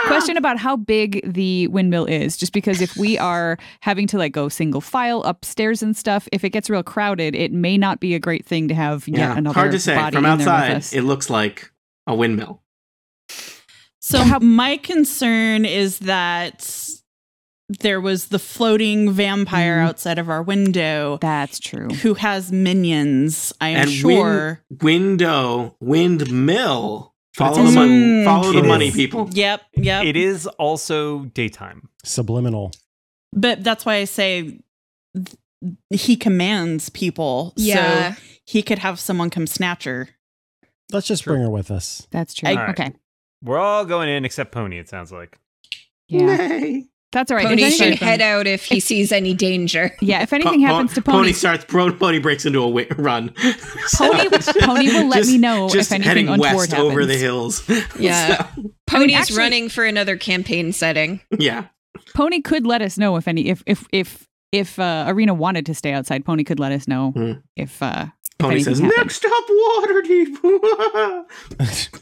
[SPEAKER 3] Question about how big the windmill is. Just because if we are having to like go single file upstairs and stuff, if it gets real crowded, it may not be a great thing to have yet another
[SPEAKER 2] hard to say.
[SPEAKER 3] body
[SPEAKER 2] From
[SPEAKER 3] in there with
[SPEAKER 2] outside,
[SPEAKER 3] us.
[SPEAKER 2] it looks like a windmill.
[SPEAKER 5] So my concern is that there was the floating vampire
[SPEAKER 3] Mhm.
[SPEAKER 5] outside of our window
[SPEAKER 3] That's true.
[SPEAKER 5] who has minions, I am
[SPEAKER 2] And win-
[SPEAKER 5] sure.
[SPEAKER 2] Window, windmill. Follow the
[SPEAKER 5] also-
[SPEAKER 2] money.
[SPEAKER 3] Mmm,
[SPEAKER 5] Mm.
[SPEAKER 2] Follow the
[SPEAKER 4] It
[SPEAKER 2] money,
[SPEAKER 4] is-
[SPEAKER 2] people.
[SPEAKER 5] Yep, yep.
[SPEAKER 4] It is also daytime.
[SPEAKER 6] Subliminal.
[SPEAKER 5] But that's why I say th- he commands people.
[SPEAKER 7] yeah.
[SPEAKER 5] So he could have someone come snatch her.
[SPEAKER 6] Let's just
[SPEAKER 4] Sure.
[SPEAKER 6] bring her with us.
[SPEAKER 3] That's true.
[SPEAKER 4] I- Alright.
[SPEAKER 3] Okay.
[SPEAKER 4] We're all going in except Pony. It sounds like.
[SPEAKER 3] Yeah.
[SPEAKER 2] Nay.
[SPEAKER 3] That's all right. If
[SPEAKER 7] Pony
[SPEAKER 3] anything-
[SPEAKER 7] should head out if he sees any danger.
[SPEAKER 3] yeah. If anything
[SPEAKER 2] Po-
[SPEAKER 3] happens to
[SPEAKER 2] pony.
[SPEAKER 3] Pony,
[SPEAKER 2] starts. Bro, pony breaks into a wi- run.
[SPEAKER 3] Pony, Pony will let
[SPEAKER 2] Just-
[SPEAKER 3] me know
[SPEAKER 2] Just
[SPEAKER 3] if anything
[SPEAKER 2] heading
[SPEAKER 3] untoward
[SPEAKER 2] west
[SPEAKER 3] happens.
[SPEAKER 2] over the hills.
[SPEAKER 7] Yeah.
[SPEAKER 2] So,
[SPEAKER 7] Pony's
[SPEAKER 3] actually-
[SPEAKER 7] running for another campaign setting.
[SPEAKER 2] yeah.
[SPEAKER 3] Pony could let us know if any if if if if uh, Arena wanted to stay outside. Pony could let us know
[SPEAKER 2] Hmm.
[SPEAKER 3] if uh,
[SPEAKER 2] Pony says,
[SPEAKER 3] anything happened.
[SPEAKER 2] "Next up, Waterdeep."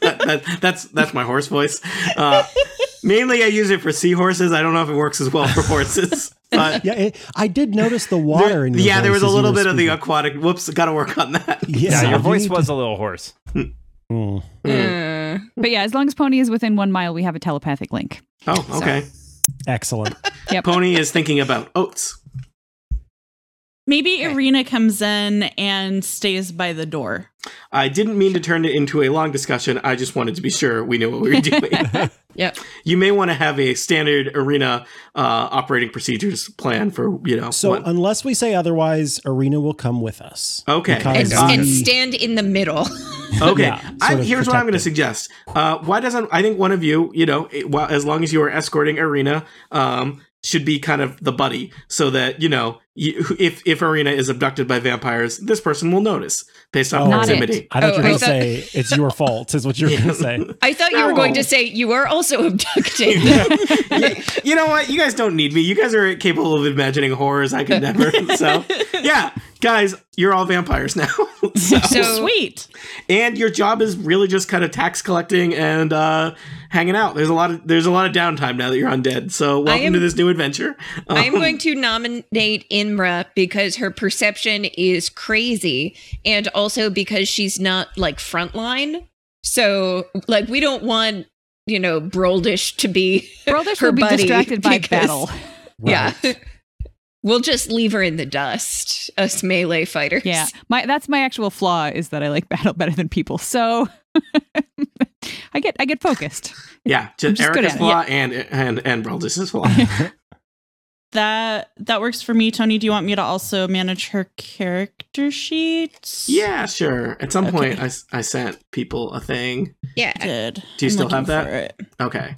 [SPEAKER 2] that, that, that's that's my horse voice. Uh, mainly, I use it for seahorses. I don't know if it works as well for horses. But
[SPEAKER 6] Yeah, it, I did notice the water
[SPEAKER 2] there-
[SPEAKER 6] in your
[SPEAKER 2] yeah, there was
[SPEAKER 6] voice
[SPEAKER 2] a
[SPEAKER 6] as you
[SPEAKER 2] little
[SPEAKER 6] were
[SPEAKER 2] bit of the
[SPEAKER 6] speaking.
[SPEAKER 2] aquatic. Whoops, got to work on that.
[SPEAKER 4] Yeah, your
[SPEAKER 6] you
[SPEAKER 4] voice
[SPEAKER 6] need
[SPEAKER 4] was a little hoarse.
[SPEAKER 6] to- Mm.
[SPEAKER 7] Uh,
[SPEAKER 2] Mm.
[SPEAKER 3] But yeah, as long as Pony is within one mile, we have a telepathic link.
[SPEAKER 2] Oh, okay.
[SPEAKER 6] excellent.
[SPEAKER 2] Pony is thinking about oats.
[SPEAKER 5] Maybe
[SPEAKER 7] Okay.
[SPEAKER 5] Irina comes in and stays by the door.
[SPEAKER 2] I didn't mean to turn it into a long discussion. I just wanted to be sure we knew what we were doing.
[SPEAKER 7] Yep.
[SPEAKER 2] You may want to have a standard arena uh, operating procedures plan for you know.
[SPEAKER 6] So
[SPEAKER 2] what-
[SPEAKER 6] unless we say otherwise, Arena will come with us.
[SPEAKER 2] Okay.
[SPEAKER 6] Because
[SPEAKER 7] and,
[SPEAKER 2] Uh,
[SPEAKER 7] and
[SPEAKER 6] we-
[SPEAKER 7] stand in the middle.
[SPEAKER 2] okay.
[SPEAKER 4] yeah,
[SPEAKER 2] I,
[SPEAKER 6] sort of
[SPEAKER 2] here's what I'm going to
[SPEAKER 6] protected.
[SPEAKER 2] suggest. Uh, why doesn't I think one of you, you know, it- while, as long as you are escorting Arena, um, should be kind of the buddy, so that you know, you, if if Arena is abducted by vampires, this person will notice based on
[SPEAKER 6] Oh.
[SPEAKER 3] Not it.
[SPEAKER 2] proximity.
[SPEAKER 6] I thought you
[SPEAKER 7] Oh,
[SPEAKER 6] were going to
[SPEAKER 7] I thought-
[SPEAKER 6] say it's your fault, is what you were going to say.
[SPEAKER 7] I thought you were
[SPEAKER 2] No.
[SPEAKER 7] going to say you were also abducted.
[SPEAKER 2] you, you know what? You guys don't need me. You guys are capable of imagining horrors I could never. So, yeah, guys, you're all vampires now. So-
[SPEAKER 7] So-
[SPEAKER 5] Sweet.
[SPEAKER 2] and your job is really just kind of tax collecting and uh, hanging out. There's a lot of there's a lot of downtime now that you're undead. So, welcome
[SPEAKER 7] am-
[SPEAKER 2] to this new adventure. Um,
[SPEAKER 7] I am going to nominate Imra because her perception is crazy and also because she's not like frontline. So, like, we don't want, you know, Broldish to be.
[SPEAKER 3] Broldish
[SPEAKER 7] Her
[SPEAKER 3] will be
[SPEAKER 7] buddy,
[SPEAKER 3] distracted by
[SPEAKER 7] because-
[SPEAKER 3] battle.
[SPEAKER 7] Yeah. We'll just leave her in the dust, us melee fighters.
[SPEAKER 3] Yeah, my that's my actual flaw is that I like battle better than people. So I get I get focused.
[SPEAKER 2] yeah, just,
[SPEAKER 3] just good
[SPEAKER 2] Erica's
[SPEAKER 3] at it.
[SPEAKER 2] flaw and and and Braldis' flaw.
[SPEAKER 5] That that works for me, Tony. Do you want me to also manage her character sheets?
[SPEAKER 2] yeah, sure. At some point,
[SPEAKER 5] Okay.
[SPEAKER 2] I, s- I sent people a thing.
[SPEAKER 7] Yeah.
[SPEAKER 5] Good.
[SPEAKER 2] Do you still have
[SPEAKER 5] looking
[SPEAKER 2] that?
[SPEAKER 5] for it.
[SPEAKER 2] Okay.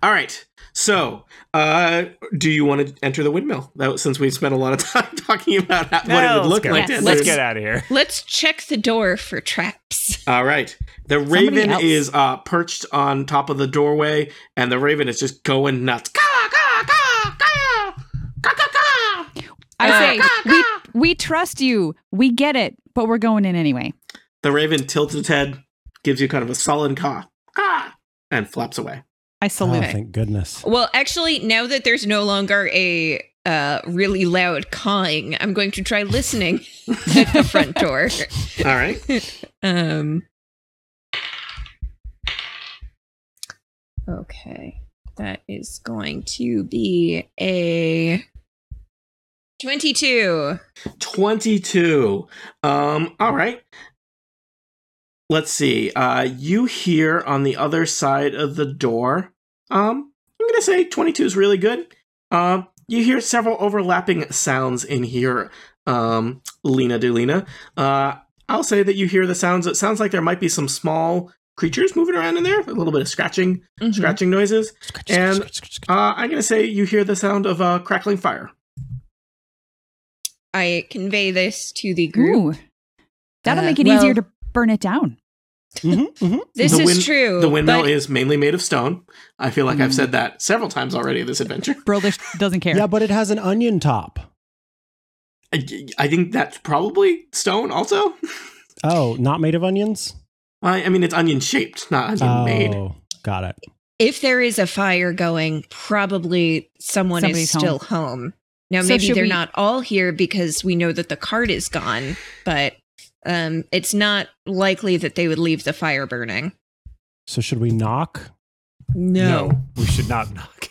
[SPEAKER 2] All right. So, uh, do you want to enter the windmill? That since we've spent a lot of time talking about how, what
[SPEAKER 4] Nah,
[SPEAKER 2] it would
[SPEAKER 4] let's
[SPEAKER 2] look
[SPEAKER 4] go.
[SPEAKER 2] like. to
[SPEAKER 3] Yes.
[SPEAKER 2] enter
[SPEAKER 4] Let's
[SPEAKER 2] this-
[SPEAKER 4] get out of here.
[SPEAKER 7] Let's check the door for traps.
[SPEAKER 2] All right. The
[SPEAKER 3] Somebody
[SPEAKER 2] raven
[SPEAKER 3] else.
[SPEAKER 2] is uh, perched on top of the doorway, and the raven is just going nuts. Caw, caw, caw, caw. Caw, caw, caw.
[SPEAKER 7] Ah,
[SPEAKER 3] I say we we trust you. We get it, but we're going in anyway.
[SPEAKER 2] The raven tilts its head, gives you kind of a sullen caw, caw, and flaps away.
[SPEAKER 3] I
[SPEAKER 6] Oh,
[SPEAKER 3] salute.
[SPEAKER 6] thank goodness.
[SPEAKER 7] Well, actually, now that there's no longer a uh, really loud cawing, I'm going to try listening at the front door.
[SPEAKER 2] All right.
[SPEAKER 7] Um. Okay, that is going to be a twenty-two.
[SPEAKER 2] 22 um all right let's see uh you hear on the other side of the door um i'm gonna say 22 is really good um you hear several overlapping sounds in here um lena delina uh i'll say that you hear the sounds it sounds like there might be some small creatures moving around in there a little bit of scratching
[SPEAKER 7] Mhm.
[SPEAKER 2] scratching noises And-
[SPEAKER 6] Mm-hmm. Scratch, scratch, scratch,
[SPEAKER 2] uh i'm gonna say you hear the sound of uh crackling fire
[SPEAKER 7] I convey this to the group.
[SPEAKER 3] Ooh, that'll
[SPEAKER 7] Uh,
[SPEAKER 3] make it
[SPEAKER 7] well-
[SPEAKER 3] easier to burn it down.
[SPEAKER 6] scratch. Mhm,
[SPEAKER 4] Mm-hmm,
[SPEAKER 6] mhm.
[SPEAKER 7] This
[SPEAKER 2] The
[SPEAKER 7] is
[SPEAKER 2] wind-
[SPEAKER 7] true.
[SPEAKER 2] The windmill
[SPEAKER 7] but- Mm-hmm.
[SPEAKER 2] is mainly made of stone. I feel like I've
[SPEAKER 3] Mm.
[SPEAKER 2] said that several times already this adventure.
[SPEAKER 3] Brolish doesn't care.
[SPEAKER 6] Yeah, but it has an onion top.
[SPEAKER 2] I, I think that's probably stone also.
[SPEAKER 6] Oh, not made of onions?
[SPEAKER 2] I, I mean, it's onion shaped, not onion made.
[SPEAKER 6] Oh, got it.
[SPEAKER 7] if there is a fire going, probably someone
[SPEAKER 3] Somebody's
[SPEAKER 7] is still home. Now,
[SPEAKER 3] So
[SPEAKER 7] maybe
[SPEAKER 3] should
[SPEAKER 7] they're
[SPEAKER 3] we-
[SPEAKER 7] not all here because we know that the cart is gone, but um, it's not likely that they would leave the fire burning.
[SPEAKER 6] So should we knock?
[SPEAKER 4] we should not knock.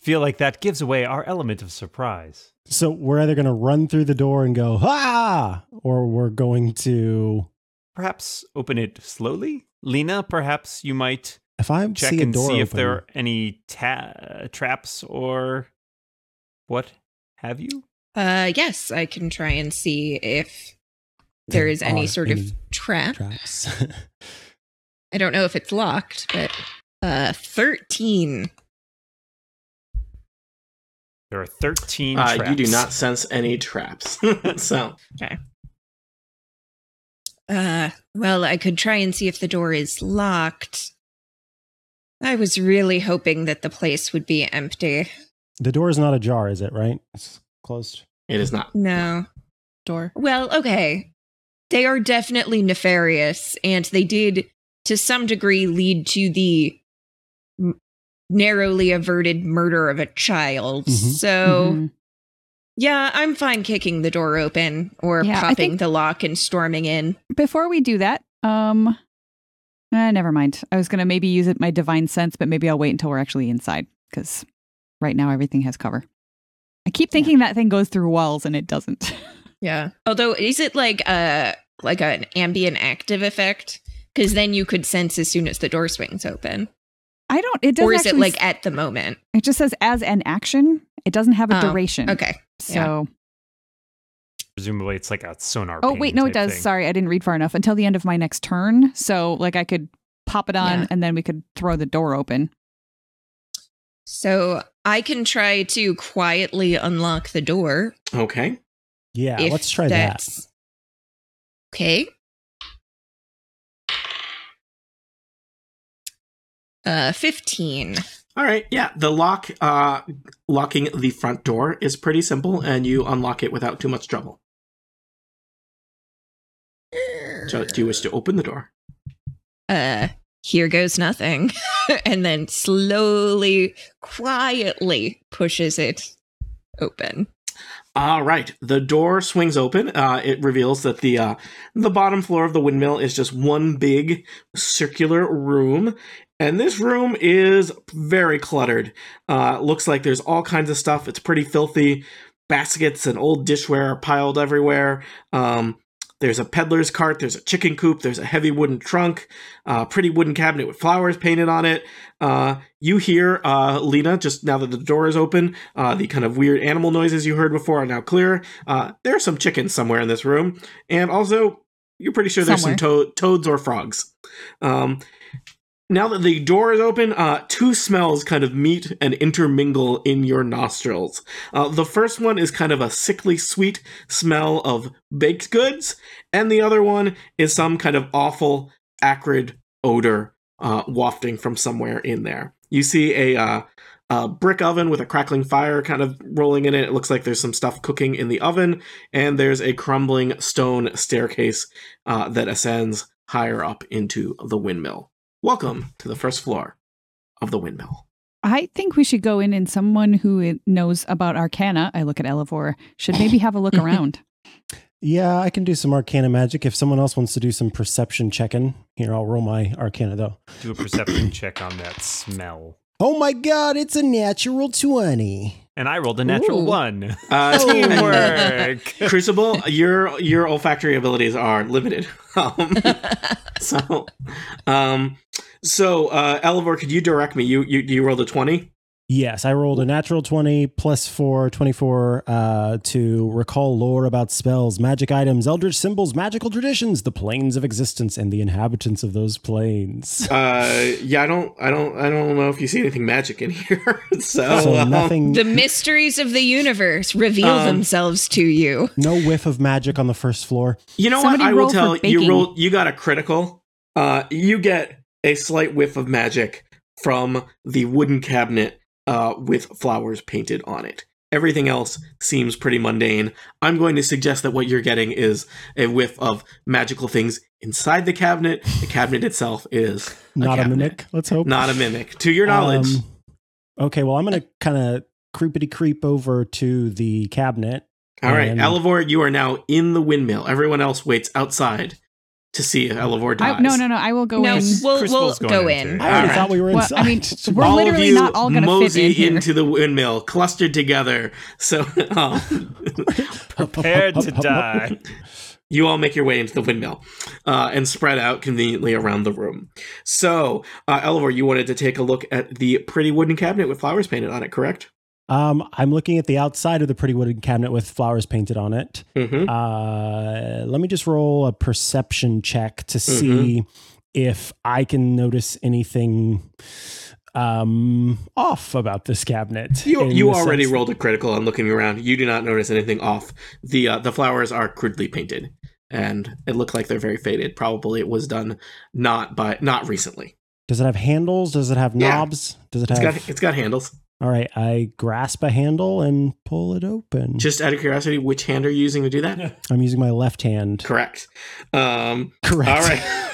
[SPEAKER 4] Feel like that gives away our element of surprise.
[SPEAKER 6] So we're either going to run through the door and go, ha, or we're going to.
[SPEAKER 4] Perhaps open it slowly. Lena, perhaps you might
[SPEAKER 6] If I
[SPEAKER 4] check
[SPEAKER 6] see a
[SPEAKER 4] and
[SPEAKER 6] door
[SPEAKER 4] see if
[SPEAKER 6] open-
[SPEAKER 4] there are any ta- traps or what have you.
[SPEAKER 7] Uh, yes, I can try and see if there is any
[SPEAKER 6] are
[SPEAKER 7] sort
[SPEAKER 6] any
[SPEAKER 7] of trap.
[SPEAKER 6] traps.
[SPEAKER 7] I don't know if it's locked, but uh, 13.
[SPEAKER 4] There are 13
[SPEAKER 2] Uh,
[SPEAKER 4] traps.
[SPEAKER 2] you do not sense any traps. so,
[SPEAKER 7] Uh, well, I could try and see if the door is locked. I was really hoping that the place would be empty.
[SPEAKER 6] the door is not ajar, is it? Right? It's closed.
[SPEAKER 2] it is not.
[SPEAKER 7] No.
[SPEAKER 5] door.
[SPEAKER 7] Well, okay. They are definitely nefarious, and they did, to some degree, lead to the m- narrowly averted murder of a child.
[SPEAKER 6] Mhm.
[SPEAKER 7] So,
[SPEAKER 3] Mhm.
[SPEAKER 7] yeah, I'm fine kicking the door open or
[SPEAKER 3] Yeah, I
[SPEAKER 7] popping
[SPEAKER 3] think-
[SPEAKER 7] the lock and storming in.
[SPEAKER 3] Before we do that, um, uh, never mind. I was gonna maybe use it my divine sense, but maybe I'll wait until we're actually inside because right now everything has cover. I keep thinking that thing goes through walls and it doesn't.
[SPEAKER 7] Yeah. Although, is it like a like an ambient active effect? Because then you could sense as soon as the door swings open,
[SPEAKER 3] I don't. It doesn't.
[SPEAKER 7] or is it
[SPEAKER 3] actually
[SPEAKER 7] like
[SPEAKER 3] s-
[SPEAKER 7] at the moment?
[SPEAKER 3] it just says as an action. It doesn't have a
[SPEAKER 7] Oh,
[SPEAKER 3] duration.
[SPEAKER 7] Okay.
[SPEAKER 3] So.
[SPEAKER 4] Presumably, it's like a sonar.
[SPEAKER 3] Oh
[SPEAKER 4] ping
[SPEAKER 3] wait, no, it
[SPEAKER 4] type
[SPEAKER 3] does.
[SPEAKER 4] thing.
[SPEAKER 3] Sorry, I didn't read far enough until the end of my next turn. So like I could pop it on
[SPEAKER 7] Yeah.
[SPEAKER 3] and then we could throw the door open.
[SPEAKER 7] So I can try to quietly unlock the door.
[SPEAKER 2] Okay.
[SPEAKER 6] Yeah,
[SPEAKER 7] if
[SPEAKER 6] let's try that.
[SPEAKER 7] that's- Okay. Uh, fifteen.
[SPEAKER 2] All right. Yeah. The lock, uh, locking the front door is pretty simple, and you unlock it without too much trouble. So, do you wish to open the door?
[SPEAKER 7] Uh, here goes nothing, and then slowly, quietly pushes it open.
[SPEAKER 2] All right. The door swings open. Uh, it reveals that the uh, the bottom floor of the windmill is just one big circular room, and this room is very cluttered. Uh, looks like there's all kinds of stuff. It's pretty filthy. Baskets and old dishware are piled everywhere. Um, there's a peddler's cart. There's a chicken coop. There's a heavy wooden trunk. A pretty wooden cabinet with flowers painted on it. Uh, you hear uh, Lena just now that the door is open. Uh, the kind of weird animal noises you heard before are now clear. Uh, there are some chickens somewhere in this room, and also you're pretty sure there's some to- toads or frogs. Um, now that the door is open, uh, two smells kind of meet and intermingle in your nostrils. Uh, the first one is kind of a sickly sweet smell of baked goods, and the other one is some kind of awful, acrid odor uh, wafting from somewhere in there. You see a uh, a brick oven with a crackling fire kind of rolling in it. It looks like there's some stuff cooking in the oven, and there's a crumbling stone staircase uh, that ascends higher up into the windmill. Welcome to the first floor of the windmill.
[SPEAKER 3] I think we should go in and someone who i- knows about Arcana, I look at Elevor, should maybe have a look around.
[SPEAKER 6] Yeah, I can do some arcana magic. If someone else wants to do some perception checking, here, I'll roll my arcana though.
[SPEAKER 4] Do a perception check on that smell.
[SPEAKER 6] Oh my God, it's a natural 20.
[SPEAKER 4] And I rolled a natural
[SPEAKER 7] Ooh.
[SPEAKER 3] Um,
[SPEAKER 4] one.
[SPEAKER 2] Uh,
[SPEAKER 4] Teamwork.
[SPEAKER 2] Crucible, your your olfactory abilities are limited. Um, so, um, so uh, Elivor, could you direct me? You you you rolled a twenty.
[SPEAKER 6] Yes, I rolled a natural 20 plus 4, 24 uh, to recall lore about spells, magic items, eldritch symbols, magical traditions, the planes of existence, and the inhabitants of those planes.
[SPEAKER 2] Uh, yeah, I don't, I don't, I don't know if you see anything magic in here. so,
[SPEAKER 6] so
[SPEAKER 2] um,
[SPEAKER 6] nothing,
[SPEAKER 7] The mysteries of the universe reveal
[SPEAKER 2] Um,
[SPEAKER 7] themselves to you.
[SPEAKER 6] no whiff of magic on the first floor.
[SPEAKER 2] You know
[SPEAKER 3] Somebody
[SPEAKER 2] what? I
[SPEAKER 3] roll
[SPEAKER 2] will
[SPEAKER 3] for
[SPEAKER 2] tell
[SPEAKER 3] baking.
[SPEAKER 2] you. Roll. You got a critical. Uh, you get a slight whiff of magic from the wooden cabinet uh, with flowers painted on it. Everything else seems pretty mundane. I'm going to suggest that what you're getting is a whiff of magical things inside the cabinet. The cabinet itself is
[SPEAKER 6] Not a,
[SPEAKER 2] cabinet.
[SPEAKER 6] mimic, let's hope.
[SPEAKER 2] not a mimic. To your knowledge,
[SPEAKER 6] Um, okay, well, I'm going to kind of creepity creep over to the cabinet.
[SPEAKER 2] All right,
[SPEAKER 6] And-
[SPEAKER 2] Elivor, you are now in the windmill. Everyone else waits outside to see if Elivor dies.
[SPEAKER 3] I, no, no, no. I will go
[SPEAKER 7] no,
[SPEAKER 3] in.
[SPEAKER 7] we'll, we'll
[SPEAKER 4] Crucible's going
[SPEAKER 7] go
[SPEAKER 4] in,
[SPEAKER 7] in.
[SPEAKER 4] too.
[SPEAKER 6] I already
[SPEAKER 2] All
[SPEAKER 6] thought we were
[SPEAKER 3] Well,
[SPEAKER 6] inside.
[SPEAKER 3] I mean, we're
[SPEAKER 2] All of
[SPEAKER 3] literally
[SPEAKER 2] you
[SPEAKER 3] not all going to fit
[SPEAKER 2] mosey
[SPEAKER 3] in here.
[SPEAKER 2] into the windmill, clustered together. So um,
[SPEAKER 4] Prepared to die.
[SPEAKER 2] you all make your way into the windmill uh, and spread out conveniently around the room. So, uh, Elivor, you wanted to take a look at the pretty wooden cabinet with flowers painted on it, correct?
[SPEAKER 6] Um, I'm looking at the outside of the pretty wooden cabinet with flowers painted on it.
[SPEAKER 2] Mm-hmm.
[SPEAKER 6] Uh, let me just roll a perception check to
[SPEAKER 2] Mm-hmm.
[SPEAKER 6] see if I can notice anything um off about this cabinet.
[SPEAKER 2] You,
[SPEAKER 6] in
[SPEAKER 2] you
[SPEAKER 6] the
[SPEAKER 2] already
[SPEAKER 6] sense-
[SPEAKER 2] rolled a critical on looking around. You do not notice anything off. The uh, the flowers are crudely painted, and it looked like they're very faded. Probably it was done not by not recently.
[SPEAKER 6] Does it have handles? Does it have
[SPEAKER 2] Yeah.
[SPEAKER 6] knobs? Does it
[SPEAKER 2] It's
[SPEAKER 6] have?
[SPEAKER 2] got it's got handles.
[SPEAKER 6] All right, I grasp a handle and pull it open.
[SPEAKER 2] Just out of curiosity, which hand are you using to do that?
[SPEAKER 6] I'm using my left hand.
[SPEAKER 2] Correct. Um,
[SPEAKER 6] Correct.
[SPEAKER 2] All right.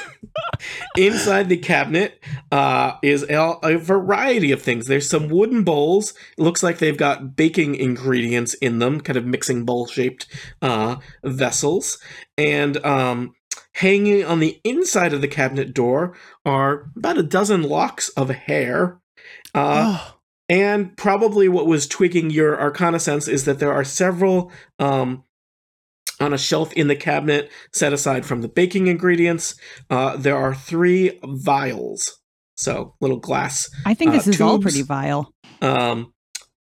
[SPEAKER 2] Inside the cabinet uh, is a, a variety of things. There's some wooden bowls. looks like they've got baking ingredients in them, kind of mixing bowl shaped uh, vessels. And um, hanging on the inside of the cabinet door are about a dozen locks of hair. Uh,
[SPEAKER 6] Oh,
[SPEAKER 2] and probably what was twigging your arcana sense is that there are several um, on a shelf in the cabinet set aside from the baking ingredients. Uh, there are three vials, so little glass,
[SPEAKER 3] I think
[SPEAKER 2] Uh,
[SPEAKER 3] this is all
[SPEAKER 2] tubes?
[SPEAKER 3] pretty vile.
[SPEAKER 2] um,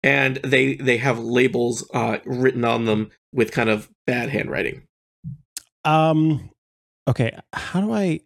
[SPEAKER 2] and they they have labels uh, written on them with kind of bad handwriting.
[SPEAKER 6] um okay, how do I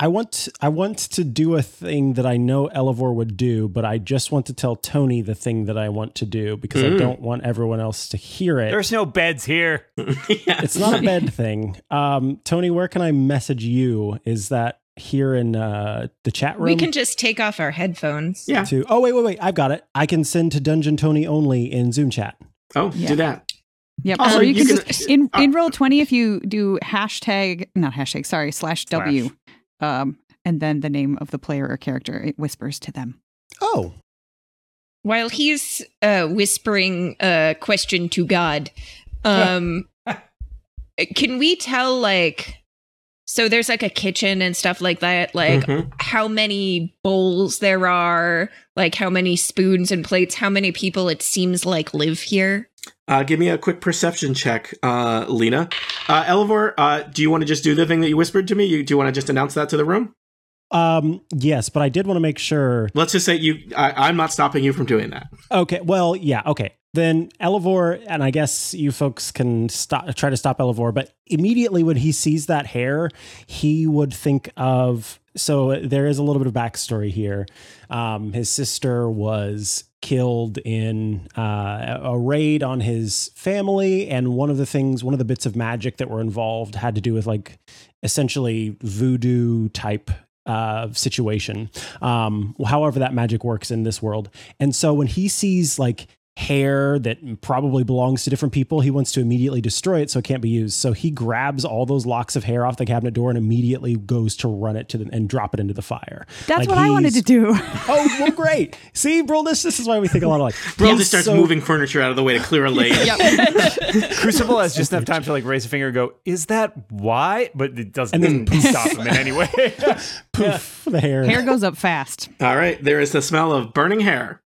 [SPEAKER 6] I want I want to do a thing that I know Elevor would do, but I just want to tell Tony the thing that I want to do because I
[SPEAKER 2] Mm.
[SPEAKER 6] don't want everyone else to hear it.
[SPEAKER 4] There's no beds here.
[SPEAKER 2] yeah.
[SPEAKER 6] it's not a bed thing. Um Tony, where can I message you? Is that here in uh the chat room?
[SPEAKER 7] We can just take off our headphones.
[SPEAKER 2] Yeah.
[SPEAKER 6] to Oh wait, wait, wait. I've got it. I can send to Dungeon Tony only in Zoom chat.
[SPEAKER 2] Oh,
[SPEAKER 3] Yeah.
[SPEAKER 2] do that.
[SPEAKER 3] Yep.
[SPEAKER 2] Also,
[SPEAKER 3] or you,
[SPEAKER 2] you
[SPEAKER 3] can,
[SPEAKER 2] can-
[SPEAKER 3] just in in roll twenty if you do hashtag not hashtag sorry slash,
[SPEAKER 4] Slash.
[SPEAKER 3] w, um, and then the name of the player or character it whispers to them.
[SPEAKER 6] Oh.
[SPEAKER 7] While he's uh, whispering a question to God, um, can we tell like so? There's like a kitchen and stuff like that. Like
[SPEAKER 2] Mhm.
[SPEAKER 7] how many bowls there are, like how many spoons and plates, how many people it seems like live here.
[SPEAKER 2] Uh, give me a quick perception check, uh, Lena. Uh, Elevor, uh, do you want to just do the thing that you whispered to me? You, do you want to just announce that to the room?
[SPEAKER 6] Um yes, but I did want to make sure
[SPEAKER 2] Let's just say you. I, I'm not stopping you from doing that.
[SPEAKER 6] Okay. Well, yeah. Okay. Then Elevor, and I guess you folks can stop, try to stop Elevor, but immediately when he sees that hair, he would think of. So there is a little bit of backstory here. Um, his sister was killed in uh, a raid on his family, and one of the things, one of the bits of magic that were involved had to do with like essentially voodoo type uh, situation. Um, however, that magic works in this world. And so when he sees like hair that probably belongs to different people, he wants to immediately destroy it so it can't be used. So he grabs all those locks of hair off the cabinet door and immediately goes to run it to the, and drop it into the fire.
[SPEAKER 3] That's
[SPEAKER 6] Like
[SPEAKER 3] what I wanted to
[SPEAKER 6] he's-
[SPEAKER 3] do.
[SPEAKER 6] Oh, well, great. See, Brule, this, this is why we think a lot of like.
[SPEAKER 2] Bro
[SPEAKER 6] he's
[SPEAKER 2] just starts
[SPEAKER 6] so-
[SPEAKER 2] moving furniture out of the way to clear a lane.
[SPEAKER 4] Crucible has just enough time to like raise a finger and go, "Is that why?" But it doesn't,
[SPEAKER 6] And
[SPEAKER 4] doesn't stop him in any way.
[SPEAKER 6] Poof, the hair.
[SPEAKER 3] Hair goes up fast.
[SPEAKER 2] All right, there is the smell of burning hair.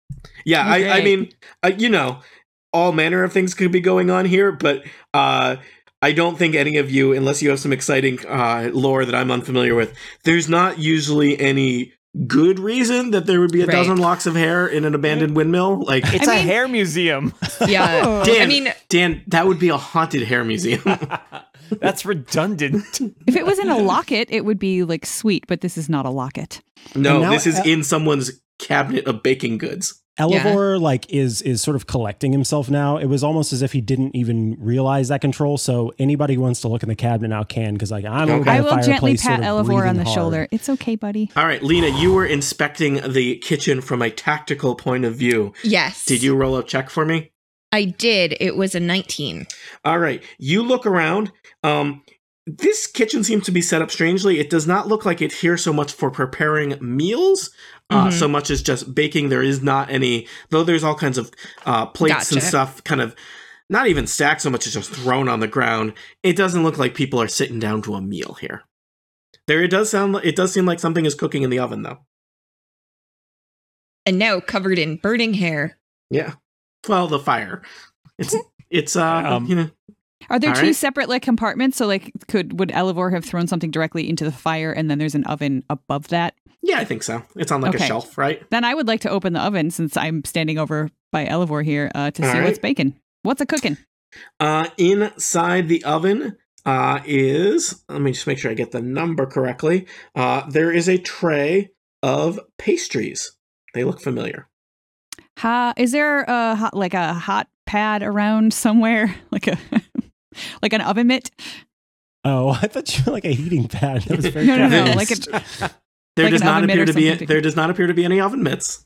[SPEAKER 2] Yeah, I, I
[SPEAKER 7] Okay.
[SPEAKER 2] mean, uh, you know, all manner of things could be going on here, but uh, I don't think any of you, unless you have some exciting uh, lore that I'm unfamiliar with, there's not usually any good reason that there would be a
[SPEAKER 7] Right.
[SPEAKER 2] dozen locks of hair in an abandoned windmill. Like,
[SPEAKER 4] It's
[SPEAKER 7] I
[SPEAKER 4] a
[SPEAKER 7] mean-
[SPEAKER 4] hair museum.
[SPEAKER 7] Yeah.
[SPEAKER 2] Dan,
[SPEAKER 7] I mean,
[SPEAKER 2] Dan, that would be a haunted hair museum.
[SPEAKER 4] That's redundant.
[SPEAKER 3] If it was in a locket, it would be like sweet, but this is not a locket.
[SPEAKER 2] no,
[SPEAKER 6] And now-
[SPEAKER 2] this is
[SPEAKER 6] uh,
[SPEAKER 2] in someone's cabinet of baking goods.
[SPEAKER 6] Elevor like is is sort of collecting himself now. It was almost as if he didn't even realize that control. So anybody who wants to look in the cabinet now can because like I'm over
[SPEAKER 2] Okay.
[SPEAKER 6] by
[SPEAKER 3] I
[SPEAKER 6] the
[SPEAKER 3] will gently
[SPEAKER 6] fireplace,
[SPEAKER 3] pat
[SPEAKER 6] sort of
[SPEAKER 3] Elevor on
[SPEAKER 6] breathing
[SPEAKER 3] the
[SPEAKER 6] hard.
[SPEAKER 3] shoulder. It's okay, buddy.
[SPEAKER 2] All right, Lena, you were inspecting the kitchen from a tactical point of view.
[SPEAKER 7] yes.
[SPEAKER 2] Did you roll a check for me?
[SPEAKER 7] I did. It was a 19.
[SPEAKER 2] All right. You look around. Um, this kitchen seems to be set up strangely. It does not look like it's here so much for preparing meals, uh,
[SPEAKER 7] Mhm.
[SPEAKER 2] so much as just baking. There is not any, though. There's all kinds of uh, plates and
[SPEAKER 7] Gotcha.
[SPEAKER 2] stuff, kind of not even stacked so much as just thrown on the ground. It doesn't look like people are sitting down to a meal here. There, it does sound. It does seem like something is cooking in the oven, though.
[SPEAKER 7] And now covered in burning hair.
[SPEAKER 2] Yeah. Well, the fire. It's it's uh
[SPEAKER 4] Um,
[SPEAKER 2] you know
[SPEAKER 3] Are there
[SPEAKER 2] All
[SPEAKER 3] two
[SPEAKER 2] right.
[SPEAKER 3] separate like compartments? So like, could would Elevor have thrown something directly into the fire, and then there's an oven above that?
[SPEAKER 2] yeah I think so. It's on like a
[SPEAKER 3] Okay.
[SPEAKER 2] shelf, right?
[SPEAKER 3] Then I would like to open the oven since I'm standing over by Elevor here uh, to
[SPEAKER 2] All
[SPEAKER 3] see
[SPEAKER 2] right.
[SPEAKER 3] what's baking. What's a cooking?
[SPEAKER 2] Uh, inside the oven uh, is, let me just make sure I get the number correctly. Uh, there is a tray of pastries. They look familiar.
[SPEAKER 3] Ha, is there a hot, like a hot pad around somewhere, like a like an oven mitt?
[SPEAKER 6] Oh, I thought you were like a heating pad. That was very
[SPEAKER 3] No, no, no.
[SPEAKER 2] Yes.
[SPEAKER 3] Like a,
[SPEAKER 2] There
[SPEAKER 3] Like
[SPEAKER 2] does
[SPEAKER 3] an
[SPEAKER 2] not
[SPEAKER 3] oven mitt
[SPEAKER 2] appear
[SPEAKER 3] or
[SPEAKER 2] to be
[SPEAKER 3] something to-
[SPEAKER 2] there does not appear to be any oven mitts.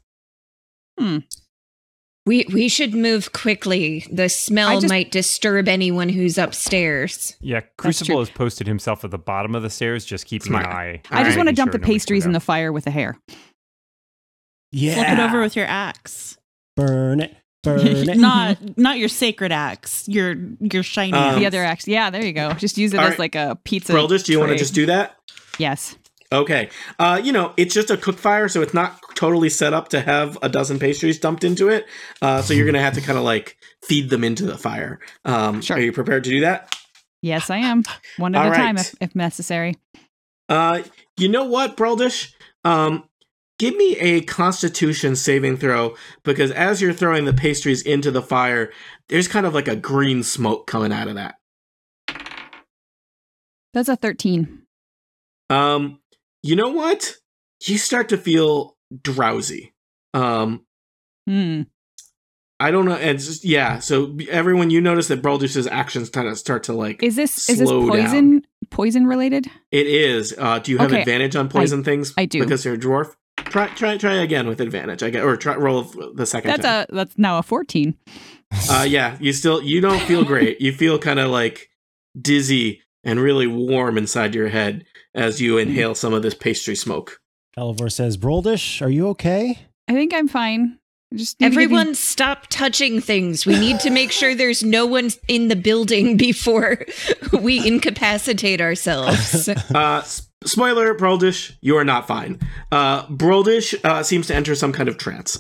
[SPEAKER 7] We we should move quickly. The smell
[SPEAKER 3] just-
[SPEAKER 7] might disturb anyone who's upstairs.
[SPEAKER 4] Yeah, Crucible has posted himself at the bottom of the stairs, just keeping
[SPEAKER 2] Smart.
[SPEAKER 4] an eye.
[SPEAKER 3] I just
[SPEAKER 2] Alright,
[SPEAKER 3] want to
[SPEAKER 4] making
[SPEAKER 3] dump
[SPEAKER 4] sure
[SPEAKER 3] the
[SPEAKER 4] nobody's
[SPEAKER 3] pastries in
[SPEAKER 4] coming
[SPEAKER 3] the fire with a hair.
[SPEAKER 6] Yeah.
[SPEAKER 5] Flip it over with your axe.
[SPEAKER 6] burn it. Burn it.
[SPEAKER 5] not not your sacred axe. Your your shiny.
[SPEAKER 2] Um,
[SPEAKER 5] axe.
[SPEAKER 3] the other axe. Yeah, there you go. Just use it
[SPEAKER 2] all
[SPEAKER 3] as
[SPEAKER 2] right.
[SPEAKER 3] like a pizza.
[SPEAKER 2] Brildish, do you want to
[SPEAKER 3] tray.
[SPEAKER 2] just do that?
[SPEAKER 3] Yes.
[SPEAKER 2] Okay. Uh, you know, it's just a cook fire, so it's not totally set up to have a dozen pastries dumped into it. Uh, so you're going to have to kind of like feed them into the fire. Um,
[SPEAKER 3] Sure.
[SPEAKER 2] Are you prepared to do that?
[SPEAKER 3] Yes, I am. One at
[SPEAKER 2] All
[SPEAKER 3] a time
[SPEAKER 2] right.
[SPEAKER 3] if, if necessary.
[SPEAKER 2] Uh, you know what, Breldish? Um, give me a constitution saving throw because as you're throwing the pastries into the fire, there's kind of like a green smoke coming out of that.
[SPEAKER 3] That's a 13.
[SPEAKER 2] Um, you know what? You start to feel drowsy. Um,
[SPEAKER 3] Hmm.
[SPEAKER 2] I don't know. It's just, yeah. So everyone, you notice that Baldur's actions kind of start to like.
[SPEAKER 3] Is this is this
[SPEAKER 2] Slow down.
[SPEAKER 3] poison poison related?
[SPEAKER 2] it is. Uh, do you have
[SPEAKER 3] Okay,
[SPEAKER 2] advantage on poison things?
[SPEAKER 3] I do.
[SPEAKER 2] because you're a dwarf. Try try try again with advantage. I guess, or try roll the second
[SPEAKER 3] That's
[SPEAKER 2] time.
[SPEAKER 3] a that's now a 14.
[SPEAKER 2] uh, yeah, you still you don't feel great. you feel kind of like dizzy and really warm inside your head as you
[SPEAKER 3] Mm-hmm.
[SPEAKER 2] inhale some of this pastry smoke.
[SPEAKER 6] Elvor says, Broldish, are you okay?
[SPEAKER 3] I think I'm fine. I Just need to get these-
[SPEAKER 7] Everyone stop touching things. We need to make sure there's no one in the building before we incapacitate ourselves.
[SPEAKER 2] Uh, s- spoiler, Broldish, you are not fine. Uh, Broldish uh, seems to enter some kind of trance.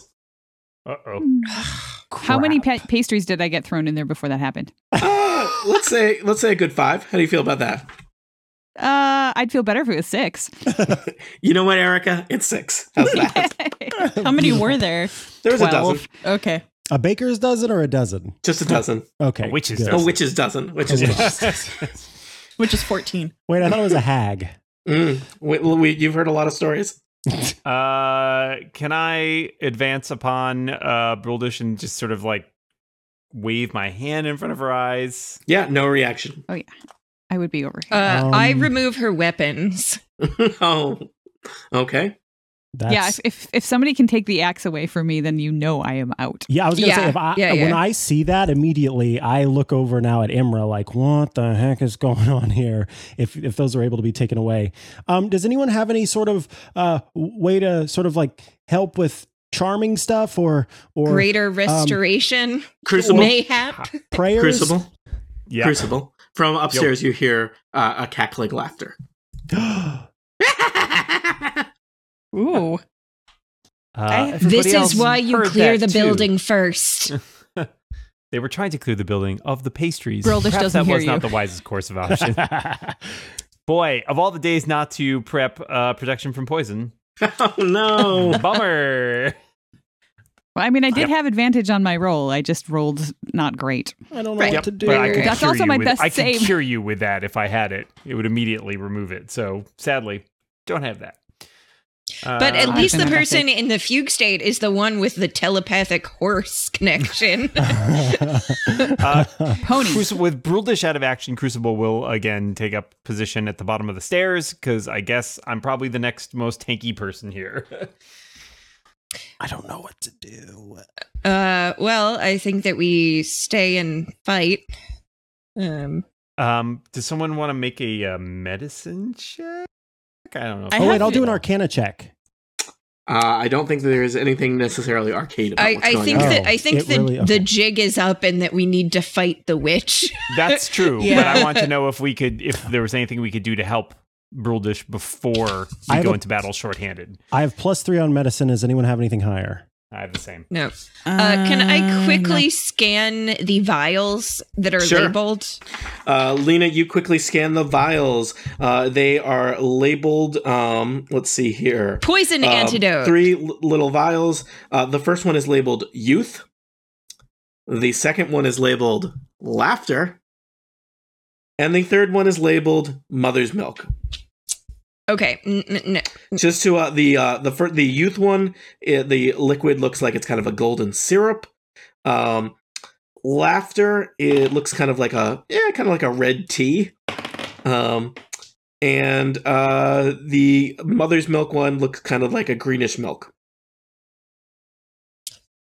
[SPEAKER 4] Uh oh.
[SPEAKER 3] Hmm. How many pa- pastries did I get thrown in there before that happened?
[SPEAKER 2] Uh, let's say let's say a good five. How do you feel about that?
[SPEAKER 3] Uh, I'd feel better if it was six.
[SPEAKER 2] You know what, Erica? It's six. How's that?
[SPEAKER 5] How many were there?
[SPEAKER 2] There was a dozen.
[SPEAKER 3] Twelve.
[SPEAKER 5] Okay.
[SPEAKER 6] A baker's dozen or a dozen?
[SPEAKER 2] Just a dozen.
[SPEAKER 6] Okay.
[SPEAKER 4] A witch's
[SPEAKER 6] good.
[SPEAKER 4] dozen.
[SPEAKER 2] A witch's dozen. Witch's
[SPEAKER 6] A
[SPEAKER 2] dozen.
[SPEAKER 5] Which is 14.
[SPEAKER 6] Wait, I thought it was a hag.
[SPEAKER 2] Mm. We, we, you've heard a lot of stories.
[SPEAKER 4] Uh, can I advance upon uh Bruldish and just sort of like wave my hand in front of her eyes?
[SPEAKER 2] Yeah, no reaction.
[SPEAKER 3] I would be over here.
[SPEAKER 7] Uh, I
[SPEAKER 6] Um,
[SPEAKER 7] remove her weapons.
[SPEAKER 2] oh, okay.
[SPEAKER 6] That's,
[SPEAKER 3] yeah, if, if if somebody can take the axe away from me, then you know I am out.
[SPEAKER 6] Yeah, I was gonna say
[SPEAKER 7] Yeah,
[SPEAKER 6] if I
[SPEAKER 7] yeah,
[SPEAKER 6] when
[SPEAKER 7] yeah.
[SPEAKER 6] I see that immediately, I look over now at Imra like, what the heck is going on here? If if those are able to be taken away, um, does anyone have any sort of uh way to sort of like help with charming stuff or or
[SPEAKER 7] Greater restoration,
[SPEAKER 2] Crucible.
[SPEAKER 7] mayhap.
[SPEAKER 6] prayers?
[SPEAKER 2] Crucible.
[SPEAKER 4] Yeah.
[SPEAKER 2] Crucible. From upstairs, you hear uh, a cackling laughter.
[SPEAKER 5] Ooh.
[SPEAKER 4] Uh,
[SPEAKER 5] I-
[SPEAKER 4] everybody
[SPEAKER 7] This
[SPEAKER 4] else
[SPEAKER 7] is why you
[SPEAKER 4] heard
[SPEAKER 7] clear
[SPEAKER 4] that
[SPEAKER 7] the
[SPEAKER 4] too.
[SPEAKER 7] building first.
[SPEAKER 4] They were trying to clear the building of the pastries.
[SPEAKER 3] Bruldish
[SPEAKER 4] Perhaps
[SPEAKER 3] doesn't
[SPEAKER 4] that
[SPEAKER 3] hear
[SPEAKER 4] was
[SPEAKER 3] you.
[SPEAKER 4] not the wisest course of action. Boy, of all the days not to prep uh, protection from poison.
[SPEAKER 2] oh no.
[SPEAKER 4] Bummer.
[SPEAKER 3] Well, I mean, I did have advantage on my roll. I just rolled not great.
[SPEAKER 6] I don't know
[SPEAKER 7] Right.
[SPEAKER 6] what to do.
[SPEAKER 4] But I could
[SPEAKER 3] That's
[SPEAKER 4] cure
[SPEAKER 3] also
[SPEAKER 4] you
[SPEAKER 3] my
[SPEAKER 4] with,
[SPEAKER 3] best
[SPEAKER 4] I could
[SPEAKER 3] save.
[SPEAKER 4] cure you with that if I had it. It would immediately remove it. So sadly, don't have that.
[SPEAKER 7] But
[SPEAKER 4] Uh,
[SPEAKER 7] at least the
[SPEAKER 3] I've been
[SPEAKER 7] person in the fugue state is the one with the telepathic horse connection.
[SPEAKER 4] Uh,
[SPEAKER 3] Pony.
[SPEAKER 4] Cruci- with Bruldish out of action, Crucible will again take up position at the bottom of the stairs because I guess I'm probably the next most tanky person here.
[SPEAKER 6] I don't know what to do.
[SPEAKER 7] uh, well, I think that we stay and fight. Um,
[SPEAKER 4] um, does someone want to make a uh, medicine check? I don't know.
[SPEAKER 5] I
[SPEAKER 6] oh wait,
[SPEAKER 5] have
[SPEAKER 6] I'll do an
[SPEAKER 4] to-
[SPEAKER 6] Arcana check.
[SPEAKER 2] Uh, I don't think that there is anything necessarily arcade about
[SPEAKER 7] I,
[SPEAKER 2] what's
[SPEAKER 7] I
[SPEAKER 2] going
[SPEAKER 7] think
[SPEAKER 2] on.
[SPEAKER 7] that
[SPEAKER 6] Oh,
[SPEAKER 7] I think
[SPEAKER 6] it
[SPEAKER 7] that
[SPEAKER 6] really- okay.
[SPEAKER 7] the jig is up and that we need to fight the witch.
[SPEAKER 4] That's true. But I
[SPEAKER 7] Yeah.
[SPEAKER 4] want to know if we could, if there was anything we could do to help Bruldish before
[SPEAKER 6] I
[SPEAKER 4] we
[SPEAKER 6] have
[SPEAKER 4] go
[SPEAKER 6] a-
[SPEAKER 4] into battle shorthanded.
[SPEAKER 6] I have plus three on medicine. Does anyone have anything higher?
[SPEAKER 4] I have the same.
[SPEAKER 7] No. Uh, can I quickly scan the vials that are
[SPEAKER 2] Sure.
[SPEAKER 7] labeled?
[SPEAKER 2] Uh, Lena, you quickly scan the vials. Uh, they are labeled. Um, let's see here.
[SPEAKER 7] Poison
[SPEAKER 2] Um,
[SPEAKER 7] antidote.
[SPEAKER 2] Three l- little vials. Uh, the first one is labeled youth. The second one is labeled laughter. And the third one is labeled mother's milk.
[SPEAKER 7] Okay. N- n- n-
[SPEAKER 2] Just to uh, the uh, the fir- the youth one, i the liquid looks like it's kind of a golden syrup. Um, laughter, it looks kind of like a yeah, kind of like a red tea. Um, and uh, the mother's milk one looks kind of like a greenish milk.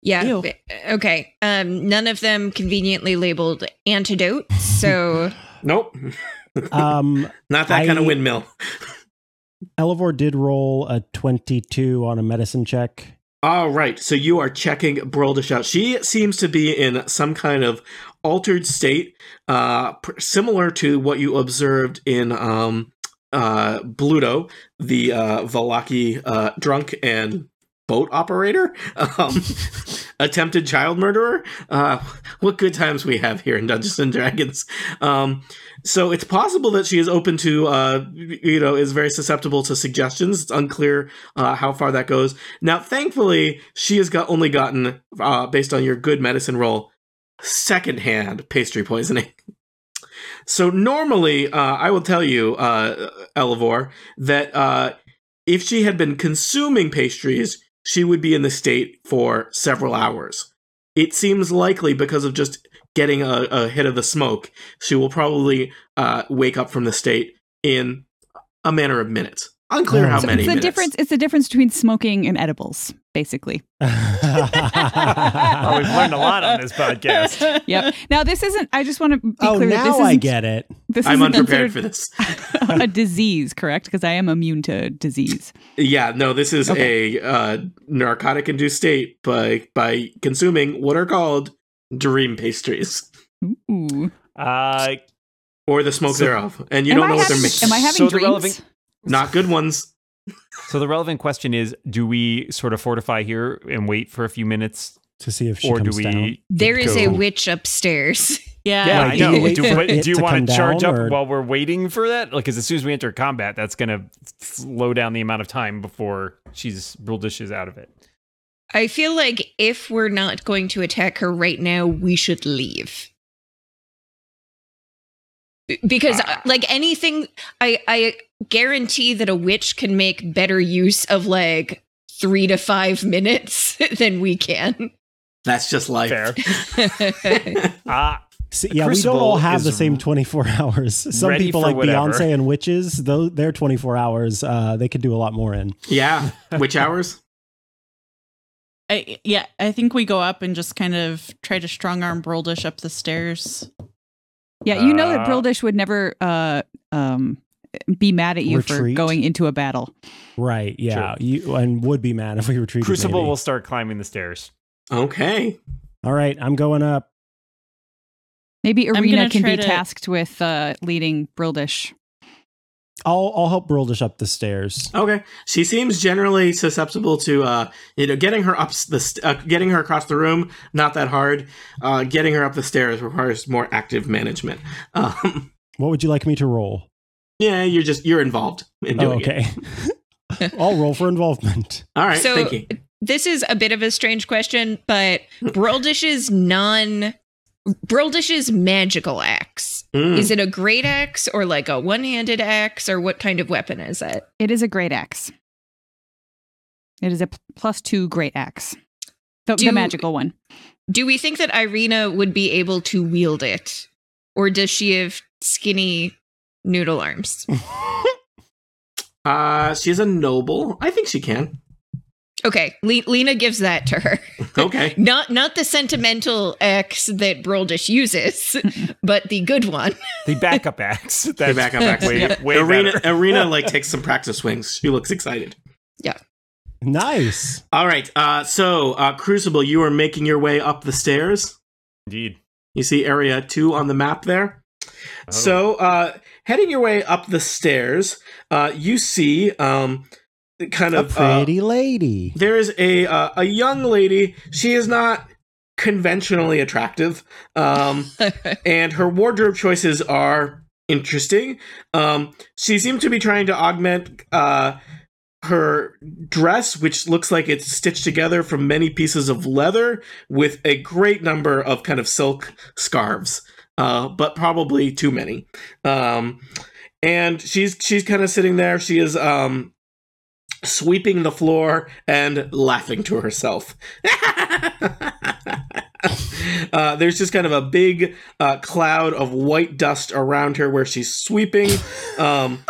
[SPEAKER 7] Yeah.
[SPEAKER 5] Ew.
[SPEAKER 7] but- Okay. Um, none of them conveniently labeled antidote. So
[SPEAKER 2] Nope.
[SPEAKER 6] Um,
[SPEAKER 2] Not that
[SPEAKER 6] I-
[SPEAKER 2] kind of windmill.
[SPEAKER 6] Elevor did roll a 22 on a medicine check.
[SPEAKER 2] All right, so you are checking Broldish out. She seems to be in some kind of altered state, uh, pr- similar to what you observed in um, uh, Bluto, the uh, Valaki uh, drunk and boat operator, um, attempted child murderer. Uh, what good times we have here in Dungeons and Dragons. Um, so it's possible that she is open to, uh, you know, is very susceptible to suggestions. It's unclear uh, how far that goes. Now, thankfully, she has got only gotten, uh, based on your good medicine roll, secondhand pastry poisoning. So normally, uh, I will tell you, uh, Elevor, that uh, if she had been consuming pastries, she would be in the state for several hours. It seems likely because of just getting a, a hit of the smoke, she will probably uh, wake up from the state in a matter of minutes. Unclear
[SPEAKER 6] Oh.
[SPEAKER 2] how
[SPEAKER 6] So
[SPEAKER 2] many
[SPEAKER 3] it's the
[SPEAKER 2] minutes.
[SPEAKER 3] difference. It's the difference between smoking and edibles, basically.
[SPEAKER 6] Uh,
[SPEAKER 1] Oh, we've learned a lot on this podcast.
[SPEAKER 3] Yep. now this isn't. I just want to be
[SPEAKER 6] Oh,
[SPEAKER 3] clear. that this
[SPEAKER 6] now
[SPEAKER 3] isn't,
[SPEAKER 6] I get it.
[SPEAKER 3] This
[SPEAKER 2] I'm
[SPEAKER 3] isn't
[SPEAKER 2] unprepared for
[SPEAKER 3] considered
[SPEAKER 2] this.
[SPEAKER 3] a disease, correct? Because I am immune to disease.
[SPEAKER 2] Yeah, no, this is a uh, narcotic induced state by by consuming what are called dream pastries
[SPEAKER 3] Ooh.
[SPEAKER 1] Uh,
[SPEAKER 2] or the smoke
[SPEAKER 4] So-
[SPEAKER 2] thereof, and you
[SPEAKER 3] am
[SPEAKER 2] don't
[SPEAKER 3] I
[SPEAKER 2] know what they're
[SPEAKER 3] having-
[SPEAKER 2] made.
[SPEAKER 3] Am I having
[SPEAKER 4] So the
[SPEAKER 3] dreams?
[SPEAKER 4] relevant-
[SPEAKER 2] Not good ones.
[SPEAKER 4] So the relevant question is: Do we sort of fortify here and wait for a few minutes,
[SPEAKER 6] To see if she
[SPEAKER 4] or do
[SPEAKER 6] comes
[SPEAKER 4] we?
[SPEAKER 6] down.
[SPEAKER 7] there is a
[SPEAKER 4] go-
[SPEAKER 7] witch upstairs.
[SPEAKER 5] yeah.
[SPEAKER 4] Yeah,
[SPEAKER 6] Like,
[SPEAKER 4] I
[SPEAKER 6] do
[SPEAKER 4] know.
[SPEAKER 6] you wait
[SPEAKER 4] Do,
[SPEAKER 6] for
[SPEAKER 4] but
[SPEAKER 6] it
[SPEAKER 4] do you
[SPEAKER 6] to
[SPEAKER 4] want
[SPEAKER 6] come
[SPEAKER 4] to charge
[SPEAKER 6] down,
[SPEAKER 4] up
[SPEAKER 6] or-
[SPEAKER 4] while we're waiting for that? Like, because as soon as we enter combat, that's going to slow down the amount of time before she's Bruldish is out of it.
[SPEAKER 7] I feel like if we're not going to attack her right now, we should leave. B- Because uh, like anything, I I guarantee that a witch can make better use of like three to five minutes than we can.
[SPEAKER 2] That's just life.
[SPEAKER 4] Fair. Uh,
[SPEAKER 6] See, yeah, we don't all
[SPEAKER 4] Crucible
[SPEAKER 6] have the
[SPEAKER 4] is
[SPEAKER 6] same 24 hours. Some
[SPEAKER 4] ready
[SPEAKER 6] people
[SPEAKER 4] for
[SPEAKER 6] like
[SPEAKER 4] whatever.
[SPEAKER 6] Beyonce and witches, though their 24 hours, uh, they could do a lot more in.
[SPEAKER 2] Yeah. Which hours?
[SPEAKER 5] I, yeah, I think we go up and just kind of try to strong arm Broldish up the stairs.
[SPEAKER 3] Yeah, you know that
[SPEAKER 4] Uh,
[SPEAKER 3] Brildish would never uh, um, be mad at you for
[SPEAKER 6] Retreat?
[SPEAKER 3] going into a battle.
[SPEAKER 6] Right. Yeah. You and would be mad if we retreated.
[SPEAKER 4] Crucible
[SPEAKER 6] maybe.
[SPEAKER 4] will start climbing the stairs.
[SPEAKER 2] Okay.
[SPEAKER 6] All right, I'm going up.
[SPEAKER 3] Maybe
[SPEAKER 5] I'm
[SPEAKER 3] Arena
[SPEAKER 5] gonna
[SPEAKER 3] can
[SPEAKER 5] try
[SPEAKER 3] be
[SPEAKER 5] to-
[SPEAKER 3] tasked with uh, leading Brildish.
[SPEAKER 6] I'll I'll help Broldish up the stairs.
[SPEAKER 2] Okay. She seems generally susceptible to uh, you know getting her up s- the st- uh, getting her across the room. Not that hard. Uh, getting her up the stairs requires more active management. Um,
[SPEAKER 6] What would you like me to roll?
[SPEAKER 2] yeah, you're just you're involved in
[SPEAKER 6] Oh,
[SPEAKER 2] doing it.
[SPEAKER 6] okay. I'll roll for involvement.
[SPEAKER 2] All right.
[SPEAKER 7] So-
[SPEAKER 2] thank you.
[SPEAKER 7] this is a bit of a strange question, but Broldish's non Broldish's magical axe.
[SPEAKER 2] Mm.
[SPEAKER 7] Is it a great axe or like a one-handed axe or what kind of weapon is it?
[SPEAKER 3] It is a great axe. It is a p- plus two great axe. The, the
[SPEAKER 7] Do-
[SPEAKER 3] magical one.
[SPEAKER 7] Do we think that Irina would be able to wield it? Or does she have skinny noodle arms?
[SPEAKER 2] Uh, she's a noble. I think she can.
[SPEAKER 7] Okay, Le- Lena gives that to her.
[SPEAKER 2] Okay.
[SPEAKER 7] Not not the sentimental axe that Broldish uses, but the good one.
[SPEAKER 4] The backup axe. That's
[SPEAKER 2] Hey, back up, back up.
[SPEAKER 4] way, way
[SPEAKER 2] Arena,
[SPEAKER 4] better.
[SPEAKER 2] Arena, like takes some practice swings. She looks excited.
[SPEAKER 6] Nice.
[SPEAKER 2] All right. Uh, so uh, Crucible, you are making your way up the stairs.
[SPEAKER 4] Indeed.
[SPEAKER 2] You see area two on the map there.
[SPEAKER 4] Oh.
[SPEAKER 2] So, uh, heading your way up the stairs, uh, you see um, kind
[SPEAKER 6] A
[SPEAKER 2] of uh,
[SPEAKER 6] pretty lady.
[SPEAKER 2] There is a uh, a young lady. She is not conventionally attractive, um, and her wardrobe choices are interesting. Um, she seems to be trying to augment uh, her dress, which looks like it's stitched together from many pieces of leather, with a great number of kind of silk scarves, uh, but probably too many. Um, and she's she's kind of sitting there. She is um, sweeping the floor and laughing to herself. Uh, there's just kind of a big uh, cloud of white dust around her where she's sweeping. Um,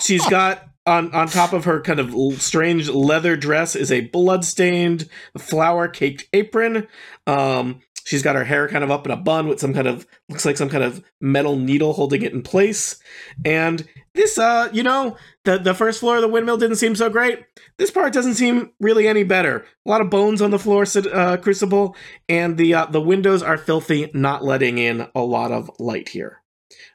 [SPEAKER 2] she's got on on top of her kind of l- strange leather dress is a bloodstained flour caked apron. Um, she's got her hair kind of up in a bun with some kind of looks like some kind of metal needle holding it in place. And this, uh, you know, the the first floor of the windmill didn't seem so great. This part doesn't seem really any better. A lot of bones on the floor, Sid- uh, crucible, and the uh, the windows are filthy, not letting in a lot of light here.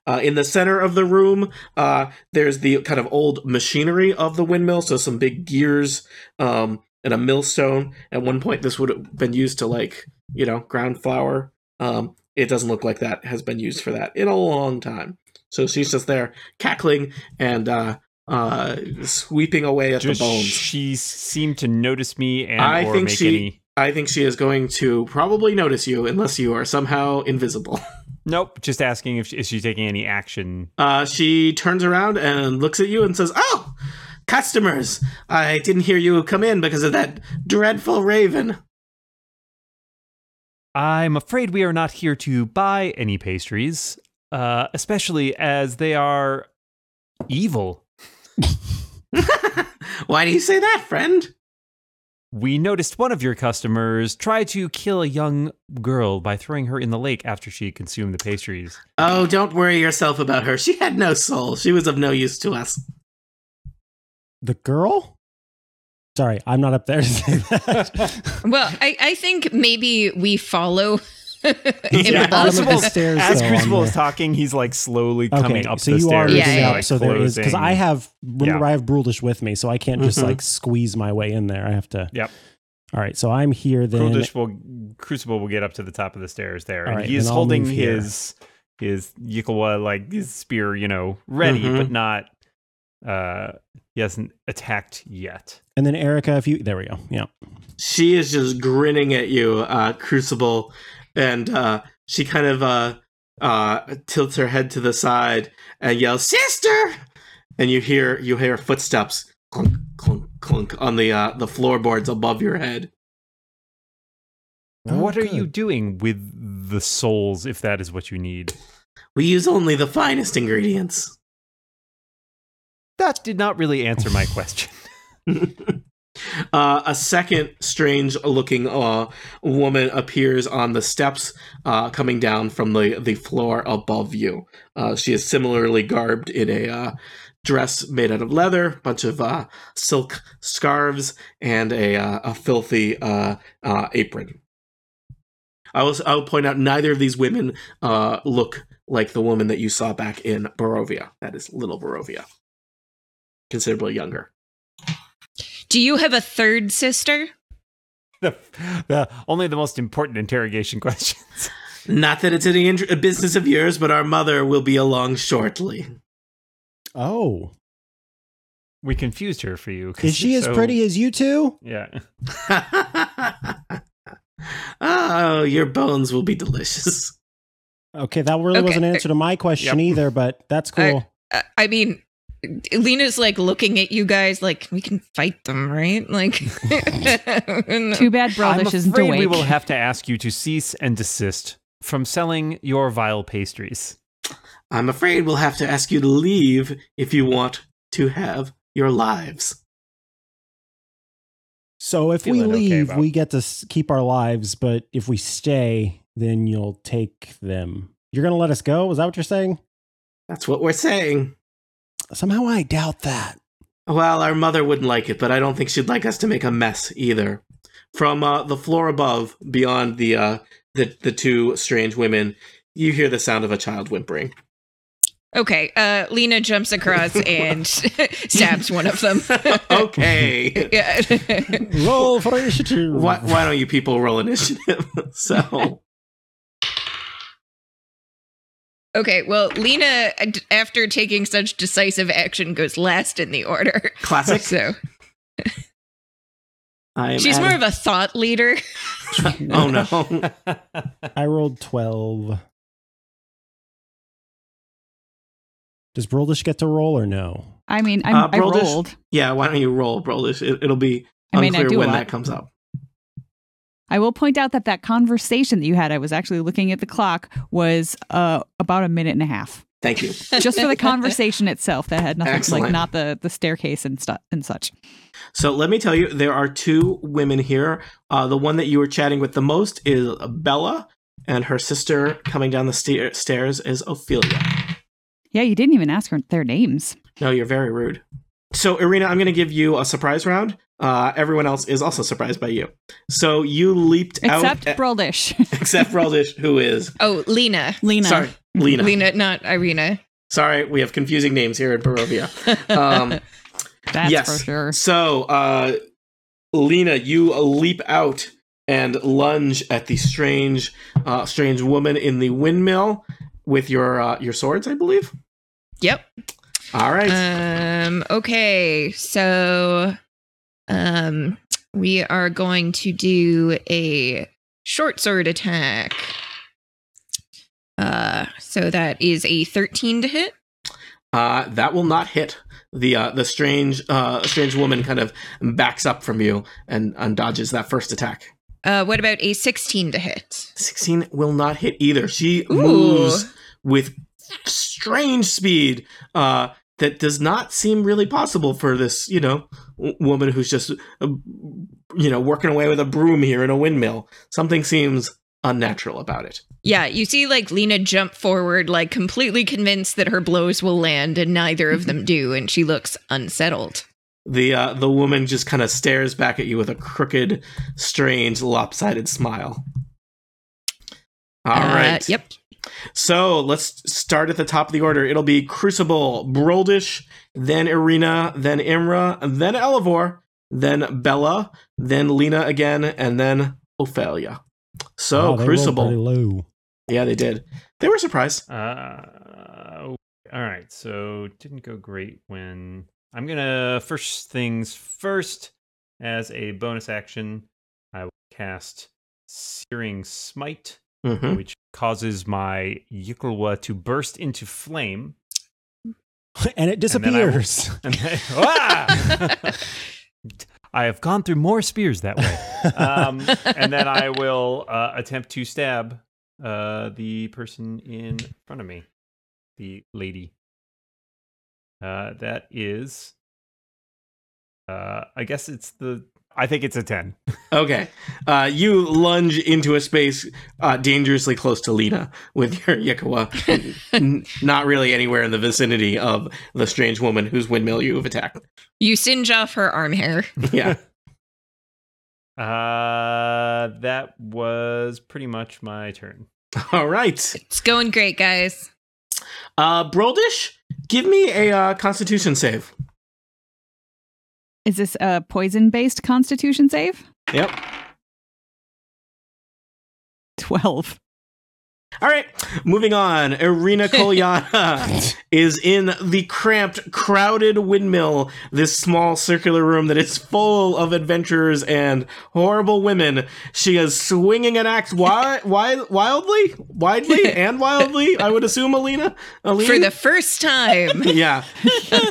[SPEAKER 2] Uh, in the center of the room, uh, there's the kind of old machinery of the windmill, so some big gears um, and a millstone. At one point, this would have been used to like you know ground flour. Um, it doesn't look like that has been used for that in a long time. So she's just there cackling and uh, uh, sweeping away at
[SPEAKER 4] Does
[SPEAKER 2] the bones.
[SPEAKER 4] she seem to notice me and
[SPEAKER 2] I
[SPEAKER 4] or
[SPEAKER 2] think
[SPEAKER 4] make
[SPEAKER 2] she-
[SPEAKER 4] any?
[SPEAKER 2] I think she is going to probably notice you unless you are somehow invisible.
[SPEAKER 4] Nope. Just asking if she, is she taking any action.
[SPEAKER 2] Uh, she turns around and looks at you and says, Oh, customers, I didn't hear you come in because of that dreadful raven.
[SPEAKER 4] I'm afraid we are not here to buy any pastries, uh, especially as they are evil.
[SPEAKER 2] Why do you say that, friend?
[SPEAKER 4] We noticed one of your customers try to kill a young girl by throwing her in the lake after she consumed the pastries.
[SPEAKER 2] Oh, don't worry yourself about her. She had no soul. She was of no use to us.
[SPEAKER 6] The girl? Sorry, I'm not up there to say that.
[SPEAKER 7] Well, I, I think maybe we follow. in
[SPEAKER 2] Yeah.
[SPEAKER 7] the bottom
[SPEAKER 6] Possible.
[SPEAKER 7] of the
[SPEAKER 6] the stairs,
[SPEAKER 4] as
[SPEAKER 6] though,
[SPEAKER 4] Crucible
[SPEAKER 6] on
[SPEAKER 4] is
[SPEAKER 6] the-
[SPEAKER 4] talking, he's like slowly coming up
[SPEAKER 6] um, so
[SPEAKER 4] the
[SPEAKER 6] you are
[SPEAKER 4] stairs.
[SPEAKER 7] Yeah,
[SPEAKER 6] reaching
[SPEAKER 7] yeah,
[SPEAKER 6] out,
[SPEAKER 4] like,
[SPEAKER 6] so there is because
[SPEAKER 4] closing.
[SPEAKER 6] I have remember
[SPEAKER 4] Yeah. Mm-hmm.
[SPEAKER 6] I have Brulish with me, so I can't just
[SPEAKER 2] Mhm.
[SPEAKER 6] like squeeze my way in there. I have to.
[SPEAKER 4] Yep.
[SPEAKER 6] All right, so I'm here then.
[SPEAKER 4] Crudish will Crucible will get up to the top of the stairs there,
[SPEAKER 6] All
[SPEAKER 4] and
[SPEAKER 6] right,
[SPEAKER 4] he is
[SPEAKER 6] then I'll
[SPEAKER 4] holding
[SPEAKER 6] move here.
[SPEAKER 4] his his Yikawa like his spear, you know, ready
[SPEAKER 2] Mhm.
[SPEAKER 4] but not. Uh, he hasn't attacked yet.
[SPEAKER 6] And then Erica, if you there we go. Yeah.
[SPEAKER 2] she is just grinning at you, uh, Crucible, and uh, she kind of uh, uh, tilts her head to the side and yells, "Sister!" And you hear you hear footsteps clunk clunk clunk on the uh, the floorboards above your head.
[SPEAKER 6] Oh,
[SPEAKER 4] what are you
[SPEAKER 6] good.
[SPEAKER 4] doing with the souls, if that is what you need?
[SPEAKER 2] We use only the finest ingredients.
[SPEAKER 4] That did not really answer my question.
[SPEAKER 2] Uh, a second strange looking uh, woman appears on the steps uh, coming down from the, the floor above you. Uh, she is similarly garbed in a uh, dress made out of leather, bunch of uh, silk scarves, and a, uh, a filthy uh, uh, apron. I will, I will point out neither of these women uh, look like the woman that you saw back in Barovia. That is Little Barovia. Considerably younger.
[SPEAKER 7] Do you have a third sister?
[SPEAKER 4] the, the, only the most important interrogation questions.
[SPEAKER 2] Not that it's any int- business of yours, but our mother will be along shortly.
[SPEAKER 6] Oh,
[SPEAKER 4] We confused her for you. 'cause
[SPEAKER 6] is she
[SPEAKER 4] you're
[SPEAKER 6] as
[SPEAKER 4] so-
[SPEAKER 6] pretty as you two?
[SPEAKER 4] Yeah.
[SPEAKER 2] oh, your bones will be delicious.
[SPEAKER 6] Okay, that really
[SPEAKER 7] Okay.
[SPEAKER 6] wasn't an answer to my question
[SPEAKER 4] Yep.
[SPEAKER 6] either, but that's cool.
[SPEAKER 7] Uh, I mean, Lena's like looking at you guys like we can fight them, right? Like,
[SPEAKER 3] Too bad
[SPEAKER 4] I'm
[SPEAKER 3] Brolish isn't
[SPEAKER 4] afraid
[SPEAKER 3] awake.
[SPEAKER 4] we will have to ask you to cease and desist from selling your vile pastries.
[SPEAKER 2] I'm afraid we'll have to ask you to leave if you want to have your lives.
[SPEAKER 6] so if we
[SPEAKER 4] Feeling okay
[SPEAKER 6] leave,
[SPEAKER 4] about-
[SPEAKER 6] we get to s- keep our lives, but if we stay, then you'll take them. You're gonna let us go? Is that what you're saying?
[SPEAKER 2] That's what we're saying.
[SPEAKER 6] Somehow I doubt that.
[SPEAKER 2] Well, our mother wouldn't like it, but I don't think she'd like us to make a mess either. From uh, the floor above, beyond the, uh, the the two strange women, you hear the sound of a child whimpering.
[SPEAKER 7] okay, uh, Lena jumps across and stabs one of them.
[SPEAKER 2] okay.
[SPEAKER 7] yeah.
[SPEAKER 6] Roll for initiative.
[SPEAKER 2] why, why don't you people roll initiative? so
[SPEAKER 7] okay, well, Lena, d- after taking such decisive action, goes last in the order.
[SPEAKER 2] classic.
[SPEAKER 7] So
[SPEAKER 2] I'm
[SPEAKER 7] she's
[SPEAKER 2] at
[SPEAKER 7] more of a thought leader.
[SPEAKER 2] Oh no.
[SPEAKER 6] I rolled 12. Does Brolish get to roll or no?
[SPEAKER 3] I mean, I'm,
[SPEAKER 2] Uh,
[SPEAKER 3] I
[SPEAKER 2] Brolish-
[SPEAKER 3] rolled.
[SPEAKER 2] yeah, why don't you roll, Brolish? It, it'll be
[SPEAKER 3] I may not
[SPEAKER 2] unclear
[SPEAKER 3] do a
[SPEAKER 2] when
[SPEAKER 3] lot.
[SPEAKER 2] that comes up.
[SPEAKER 3] I will point out that that conversation that you had, I was actually looking at the clock, was uh, about a minute and a half.
[SPEAKER 2] Thank you.
[SPEAKER 3] just for the conversation itself that had nothing
[SPEAKER 2] Excellent.
[SPEAKER 3] like not the the staircase and stuff and such.
[SPEAKER 2] So let me tell you, there are two women here. Uh, the one that you were chatting with the most is Bella, and her sister coming down the stair- stairs is Ophelia.
[SPEAKER 3] Yeah, you didn't even ask her their names.
[SPEAKER 2] No, you're very rude. So, Irina, I'm going to give you a surprise round. Uh, everyone else is also surprised by you. So you leaped
[SPEAKER 3] Except
[SPEAKER 2] out,
[SPEAKER 3] Broldish.
[SPEAKER 2] except Reldish, who is
[SPEAKER 7] Oh, Lena.
[SPEAKER 5] Lena.
[SPEAKER 2] sorry, Lena.
[SPEAKER 7] Lena, not Irina.
[SPEAKER 2] Sorry, we have confusing names here in Barovia. Um,
[SPEAKER 3] That's
[SPEAKER 2] yes.
[SPEAKER 3] for sure.
[SPEAKER 2] So, uh, Lena, you leap out and lunge at the strange, uh, strange woman in the windmill with your uh, your swords, I believe.
[SPEAKER 7] yep.
[SPEAKER 2] All right.
[SPEAKER 7] Um, okay, so um, we are going to do a short sword attack. Uh, so that is a 13 to hit.
[SPEAKER 2] Uh, that will not hit. The uh, the strange uh, strange woman kind of backs up from you and, and dodges that first attack.
[SPEAKER 7] Uh, what about a 16 to hit?
[SPEAKER 2] Sixteen will not hit either. She
[SPEAKER 7] Ooh.
[SPEAKER 2] moves with strange speed uh, that does not seem really possible for this you know w- woman who's just uh, you know working away with a broom here in a windmill. Something seems unnatural about it.
[SPEAKER 7] Yeah, you see, like Lena jump forward, like completely convinced that her blows will land, and neither of them do, and she looks unsettled.
[SPEAKER 2] The uh, the woman just kind of stares back at you with a crooked, strange, lopsided smile. All right.
[SPEAKER 7] Uh, Yep.
[SPEAKER 2] So let's start at the top of the order. It'll be Crucible, Broldish, then Irina, then Imra, then Elivor, then Bella, then Lena again, and then Ophelia. So
[SPEAKER 6] Wow, they rolled Pretty
[SPEAKER 2] Crucible.
[SPEAKER 6] low.
[SPEAKER 2] yeah, they did. They were surprised.
[SPEAKER 4] Uh, all right. So didn't go great when I'm gonna first things first. As a bonus action, I will cast Searing Smite,
[SPEAKER 2] hmm
[SPEAKER 4] which causes my Yiklwa to burst into flame.
[SPEAKER 6] and it
[SPEAKER 4] And then I will-
[SPEAKER 6] disappears.
[SPEAKER 4] And then- Ah! I have gone through more spears that way. Um, and then I will uh, attempt to stab uh, the person in front of me, the lady. Uh, that is, uh, I guess it's the. I think it's a ten.
[SPEAKER 2] Okay. Uh, you lunge into a space uh, dangerously close to Lena with your Yekawa, n- not really anywhere in the vicinity of the strange woman whose windmill you have attacked.
[SPEAKER 7] You singe off her arm hair.
[SPEAKER 2] Yeah.
[SPEAKER 4] Uh, that was pretty much my turn.
[SPEAKER 2] All right.
[SPEAKER 7] It's going great, guys.
[SPEAKER 2] Uh, Broldish, give me a uh, Constitution save.
[SPEAKER 3] Is this a poison based constitution save?
[SPEAKER 2] Yep.
[SPEAKER 3] 12.
[SPEAKER 2] All right, moving on. Irina Kolyana is in the cramped, crowded windmill, this small circular room that is full of adventurers and horrible women. She is swinging an axe wi- wi- wildly, widely, and wildly, I would assume, Alina. Alina?
[SPEAKER 7] For the first time.
[SPEAKER 2] yeah.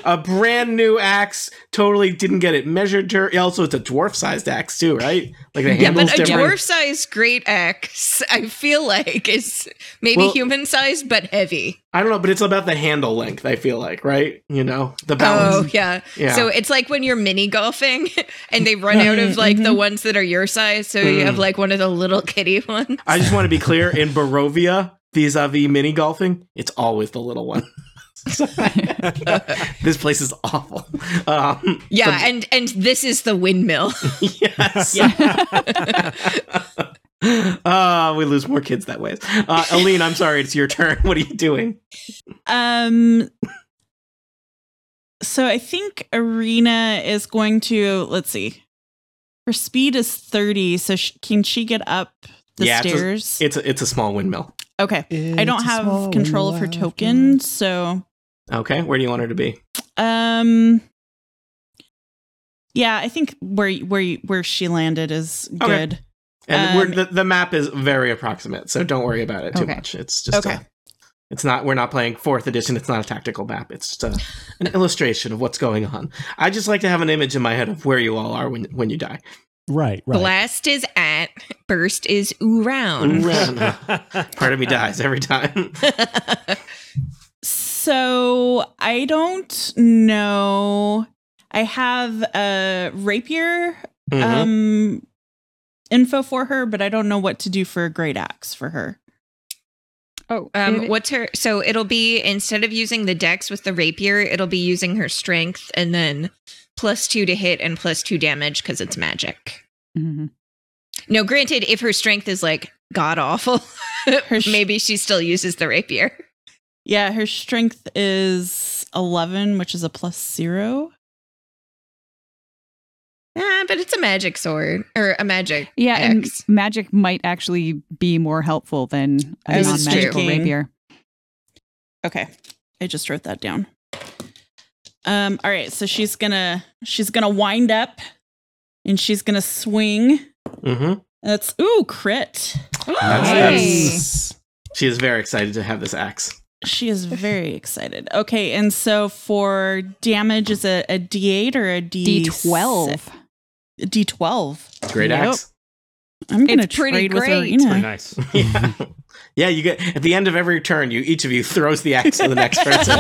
[SPEAKER 2] a brand new axe. Totally didn't get it measured to her. Also, it's a dwarf sized axe, too, right? Like the
[SPEAKER 7] Yeah,
[SPEAKER 2] handle's
[SPEAKER 7] but a
[SPEAKER 2] different.
[SPEAKER 7] dwarf sized great axe, I feel like, is maybe
[SPEAKER 2] Well-
[SPEAKER 7] human sized but heavy.
[SPEAKER 2] I don't know, but it's about the handle length, I feel like, right? You know, the balance.
[SPEAKER 7] Oh, yeah.
[SPEAKER 2] Yeah.
[SPEAKER 7] So it's like when you're mini golfing and they run out of like
[SPEAKER 2] Mm-hmm.
[SPEAKER 7] the ones that are your size. So you
[SPEAKER 2] Mm.
[SPEAKER 7] have like one of the little kitty ones.
[SPEAKER 2] I just want to be clear in Barovia, vis a vis mini golfing, it's always the little one. this place is awful. Um,
[SPEAKER 7] Yeah. And, and this is the windmill.
[SPEAKER 2] yes. uh, we lose more kids that way. Uh, Aline, I'm sorry, it's your turn. What are you doing?
[SPEAKER 5] Um so I think Arena is going to let's see. Her speed is 30, so sh- can she get up the
[SPEAKER 2] Yeah, it's a-
[SPEAKER 5] stairs?
[SPEAKER 2] It's a, it's a small windmill.
[SPEAKER 5] okay. I don't
[SPEAKER 6] It's a
[SPEAKER 5] have
[SPEAKER 6] small
[SPEAKER 5] control of her
[SPEAKER 6] world.
[SPEAKER 5] token, so
[SPEAKER 2] Okay, where do you want her to be?
[SPEAKER 5] um Yeah, I think where where where she landed is
[SPEAKER 2] Okay.
[SPEAKER 5] good.
[SPEAKER 2] And
[SPEAKER 5] Um,
[SPEAKER 2] we're, the, the map is very approximate, so don't worry about it too
[SPEAKER 3] Okay.
[SPEAKER 2] much. It's just
[SPEAKER 5] Okay.
[SPEAKER 2] a, it's not we're not playing fourth edition. It's not a tactical map. It's just a, an illustration of what's going on. I just like to have an image in my head of where you all are when when you die.
[SPEAKER 6] Right, right.
[SPEAKER 7] Blast is at, burst is around.
[SPEAKER 5] Uh,
[SPEAKER 2] Part of me dies every time.
[SPEAKER 5] So I don't know. I have a rapier
[SPEAKER 7] Mm-hmm.
[SPEAKER 2] Mhm.
[SPEAKER 5] um info for her, but I don't know what to do for a great axe for her.
[SPEAKER 3] Oh,
[SPEAKER 7] Um, what's her? So it'll be instead of using the dex with the rapier, it'll be using her strength and then plus two to hit and plus two damage because it's magic.
[SPEAKER 3] Mhm.
[SPEAKER 7] No, granted, if her strength is like god awful,
[SPEAKER 5] Her sh-
[SPEAKER 7] maybe she still uses the rapier.
[SPEAKER 5] Yeah, her strength is 11, which is a plus 0.
[SPEAKER 7] Ah, but it's a magic sword or a magic.
[SPEAKER 3] Yeah, and
[SPEAKER 7] X.
[SPEAKER 3] magic might actually be more helpful than
[SPEAKER 5] I
[SPEAKER 3] a
[SPEAKER 7] was
[SPEAKER 3] non-magical
[SPEAKER 5] thinking-
[SPEAKER 3] rapier.
[SPEAKER 5] Okay. I just wrote that down. Um all right, so she's going to she's going to wind up and she's going to swing.
[SPEAKER 2] Mm-hmm.
[SPEAKER 5] That's ooh, crit.
[SPEAKER 6] Nice.
[SPEAKER 2] She is very excited to have this axe.
[SPEAKER 5] She is very excited. Okay, and so for damage is it a D8 or a D
[SPEAKER 3] D12.
[SPEAKER 5] D12.
[SPEAKER 2] Great
[SPEAKER 5] Yep.
[SPEAKER 2] axe.
[SPEAKER 5] I'm going to
[SPEAKER 7] It's pretty
[SPEAKER 5] trade with
[SPEAKER 7] great.
[SPEAKER 4] Pretty
[SPEAKER 5] Arena.
[SPEAKER 4] nice.
[SPEAKER 2] Yeah. yeah, you get at the end of every turn, you each of you throws the axe to the next person.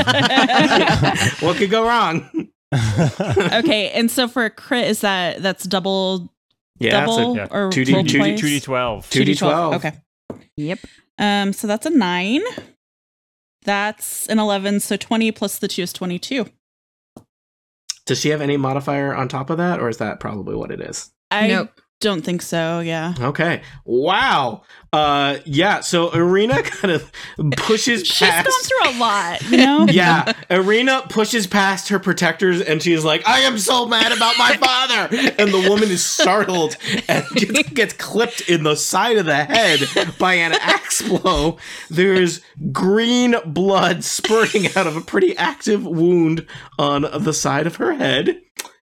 [SPEAKER 2] what could go wrong?
[SPEAKER 5] okay, and so for a crit is that that's double
[SPEAKER 2] Yeah, that's
[SPEAKER 5] double
[SPEAKER 2] it.
[SPEAKER 4] yeah.
[SPEAKER 5] or
[SPEAKER 2] 2D
[SPEAKER 5] roll
[SPEAKER 2] 2D
[SPEAKER 5] twice?
[SPEAKER 4] 2d12.
[SPEAKER 2] 2d12.
[SPEAKER 5] Okay.
[SPEAKER 3] Yep.
[SPEAKER 5] Um so that's a 9. That's an 11, so 20 plus the 2 is 22.
[SPEAKER 2] Does she have any modifier on top of that, or is that probably what it is?
[SPEAKER 5] I
[SPEAKER 7] nope.
[SPEAKER 5] don't think so, yeah.
[SPEAKER 2] Okay. Wow. Uh, yeah. So Arena kind of pushes
[SPEAKER 5] She's
[SPEAKER 2] past.
[SPEAKER 5] gone through a lot, you know?
[SPEAKER 2] yeah, Arena pushes past her protectors and she's like, I am so mad about my father. And the woman is startled and gets, gets clipped in the side of the head by an axe blow. There's green blood spurting out of a pretty active wound on the side of her head.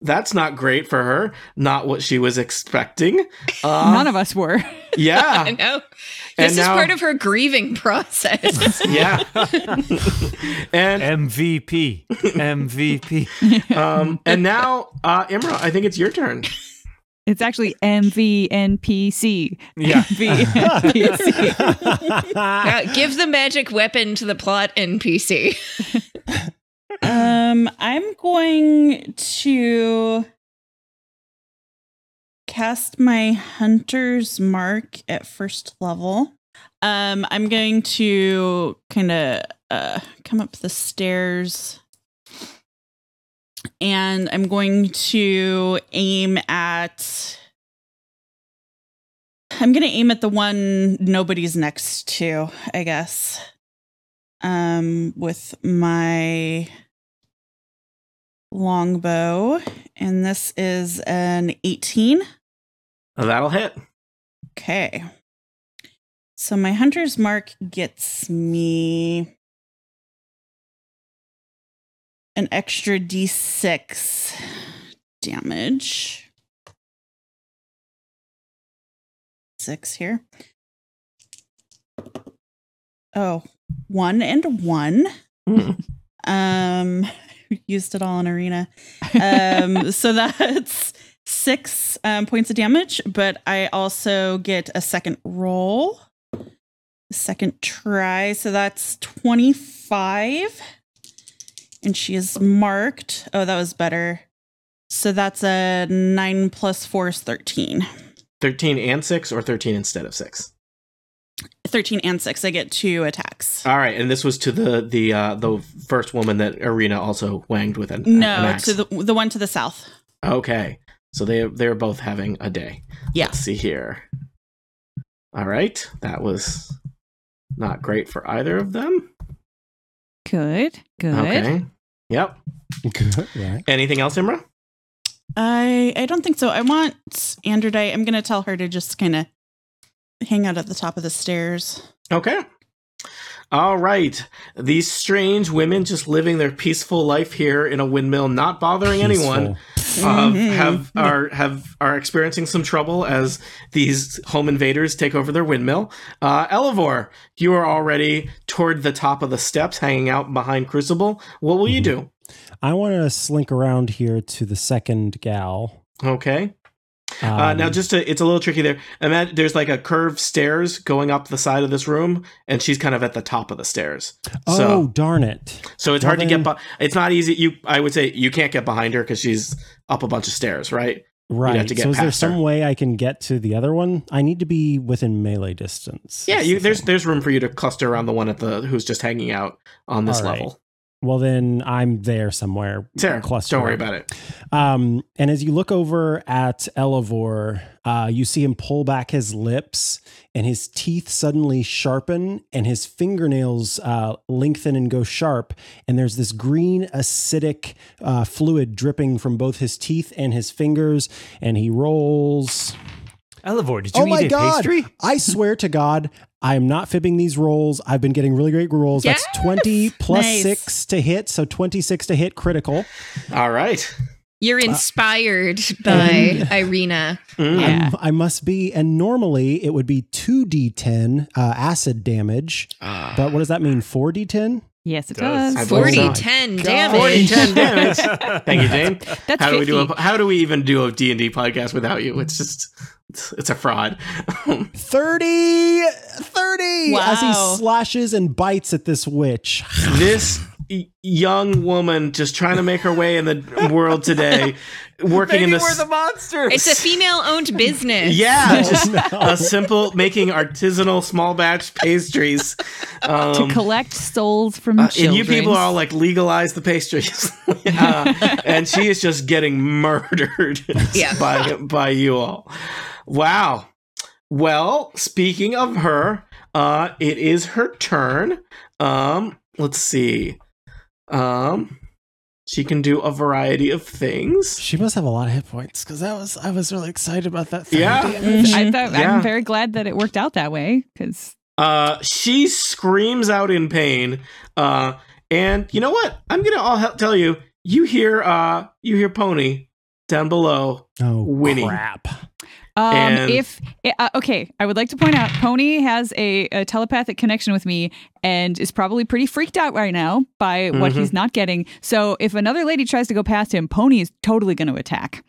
[SPEAKER 2] That's not great for her. Not what she was expecting. Uh,
[SPEAKER 3] None of us were.
[SPEAKER 7] I
[SPEAKER 2] yeah,
[SPEAKER 7] know.
[SPEAKER 2] And
[SPEAKER 7] This is
[SPEAKER 2] now-
[SPEAKER 7] part of her grieving process.
[SPEAKER 2] yeah. and
[SPEAKER 4] MVP. MVP.
[SPEAKER 2] um, and now, uh, Imra, I think it's your turn.
[SPEAKER 3] It's actually MVNPC.
[SPEAKER 4] Yeah.
[SPEAKER 3] MVNPC.
[SPEAKER 7] Uh, give the magic weapon to the plot NPC.
[SPEAKER 5] Um, I'm going to cast my hunter's mark at first level. Um, I'm going to kind of uh, come up the stairs and I'm going to aim at. I'm going to aim at the one nobody's next to, I guess. Um, with my longbow, and this is an 18.
[SPEAKER 2] Oh, That'll hit.
[SPEAKER 5] Okay. So my hunter's mark gets me an extra d6 damage. Six here. Oh, one and one. Hmm. Um, used it all in arena. Um, so that's six um, points of damage, but I also get a second roll, second try. So that's 25. And she is marked. Oh, that was better. So that's a nine plus four is 13.
[SPEAKER 2] 13 and 6 or 13 instead of 6
[SPEAKER 5] 13 and six. I get two attacks.
[SPEAKER 2] all right and this was to the the uh the first woman that arena also wanged with an an
[SPEAKER 5] No,
[SPEAKER 2] axe.
[SPEAKER 5] to the, the one to the south.
[SPEAKER 2] okay so they they're both having a day
[SPEAKER 5] Yeah.
[SPEAKER 2] Let's see here all right that was not great for either of them
[SPEAKER 3] Good. Good.
[SPEAKER 2] okay yep
[SPEAKER 6] right.
[SPEAKER 2] anything else imra
[SPEAKER 5] I I don't think so. I want Androdite. I'm gonna tell her to just kind of hang out at the top of the stairs.
[SPEAKER 2] Okay. All right. These strange women just living their peaceful life here in a windmill, not bothering anyone. Uh,
[SPEAKER 5] Mhm.
[SPEAKER 2] have are have are experiencing some trouble as these home invaders take over their windmill. Uh, Elevor, you are already toward the top of the steps, hanging out behind Crucible. What will you
[SPEAKER 6] Mm-hmm.
[SPEAKER 2] do?
[SPEAKER 6] I want to slink around here to the second gal.
[SPEAKER 2] Okay. Uh,
[SPEAKER 6] Um,
[SPEAKER 2] now, just to, it's a little tricky there. Imagine there's like a curved stairs going up the side of this room, and she's kind of at the top of the stairs.
[SPEAKER 6] oh
[SPEAKER 2] so-
[SPEAKER 6] darn it!
[SPEAKER 2] So it's
[SPEAKER 6] Well,
[SPEAKER 2] hard to get.
[SPEAKER 6] then-
[SPEAKER 2] Be- it's not easy. You, I would say, you can't get behind her because she's up a bunch of stairs, right?
[SPEAKER 6] Right.
[SPEAKER 2] to get
[SPEAKER 6] so is there
[SPEAKER 2] past
[SPEAKER 6] some
[SPEAKER 2] her.
[SPEAKER 6] way I can get to the other one? I need to be within melee distance.
[SPEAKER 2] Yeah.
[SPEAKER 6] That's
[SPEAKER 2] You,
[SPEAKER 6] the
[SPEAKER 2] there's
[SPEAKER 6] thing.
[SPEAKER 2] there's room for you to cluster around the one at the who's just hanging out on this
[SPEAKER 6] All right.
[SPEAKER 2] level.
[SPEAKER 6] Well, then I'm there somewhere.
[SPEAKER 2] Sarah,
[SPEAKER 6] clustering.
[SPEAKER 2] don't worry about it.
[SPEAKER 6] Um, and as you look over at Elevor, uh, you see him pull back his lips, and his teeth suddenly sharpen, and his fingernails uh, lengthen and go sharp. And there's this green acidic uh, fluid dripping from both his teeth and his fingers. And he rolls.
[SPEAKER 4] Elevor,
[SPEAKER 6] Oh
[SPEAKER 4] did you eat a pastry?
[SPEAKER 6] I swear to God, I am not fibbing these rolls. I've been getting really great rolls. That's 20 plus
[SPEAKER 5] Nice.
[SPEAKER 6] 6 to hit, so 26 to hit critical.
[SPEAKER 2] All right.
[SPEAKER 7] You're inspired by
[SPEAKER 5] Mm-hmm.
[SPEAKER 7] Irina.
[SPEAKER 2] Mm.
[SPEAKER 5] Yeah.
[SPEAKER 6] I'm- I must be. And normally it would be 2d10 uh, acid damage.
[SPEAKER 2] Ah.
[SPEAKER 6] But what does that mean? 4d10?
[SPEAKER 3] Yes, it
[SPEAKER 4] Does.
[SPEAKER 3] does.
[SPEAKER 2] I believe
[SPEAKER 7] 40,
[SPEAKER 2] so.
[SPEAKER 7] 10
[SPEAKER 6] God.
[SPEAKER 2] Forty
[SPEAKER 7] damage.
[SPEAKER 2] ten damage. Thank you, Jane.
[SPEAKER 3] That's
[SPEAKER 2] how
[SPEAKER 3] 50.
[SPEAKER 2] do we do a how do we even do a D&D podcast without you? It's just it's, it's a fraud.
[SPEAKER 6] 30! 30! As he
[SPEAKER 5] Wow.
[SPEAKER 6] slashes and bites at this witch.
[SPEAKER 2] this y- young woman just trying to make her way in the world today working in this
[SPEAKER 4] monsters.
[SPEAKER 7] It's a female owned business.
[SPEAKER 2] yeah, just
[SPEAKER 6] Oh, No.
[SPEAKER 2] a simple making artisanal small batch pastries.
[SPEAKER 3] to
[SPEAKER 2] Um,
[SPEAKER 3] collect souls from
[SPEAKER 2] uh, and
[SPEAKER 3] children.
[SPEAKER 2] you people are all like legalize the pastries, Uh, and she is just getting murdered
[SPEAKER 7] Yeah.
[SPEAKER 2] by by you all. Wow. Well, speaking of her, uh, it is her turn. Um, let's see. Um, she can do a variety of things.
[SPEAKER 6] She must have a lot of hit points because that was I was really excited about that.
[SPEAKER 2] Yeah.
[SPEAKER 6] 30.
[SPEAKER 3] Mm-hmm. I thought,
[SPEAKER 2] Yeah.
[SPEAKER 3] I'm very glad that it worked out that way because
[SPEAKER 2] Uh, she screams out in pain. Uh, and you know what? I'm gonna all help tell you. You hear, uh, you hear Pony down below.
[SPEAKER 6] Oh,
[SPEAKER 2] Winning.
[SPEAKER 6] crap.
[SPEAKER 3] um,
[SPEAKER 2] And-
[SPEAKER 3] if uh, okay, I would like to point out Pony has a, a telepathic connection with me and is probably pretty freaked out right now by what
[SPEAKER 2] Mhm.
[SPEAKER 3] he's not getting. So if another lady tries to go past him, Pony is totally going to attack.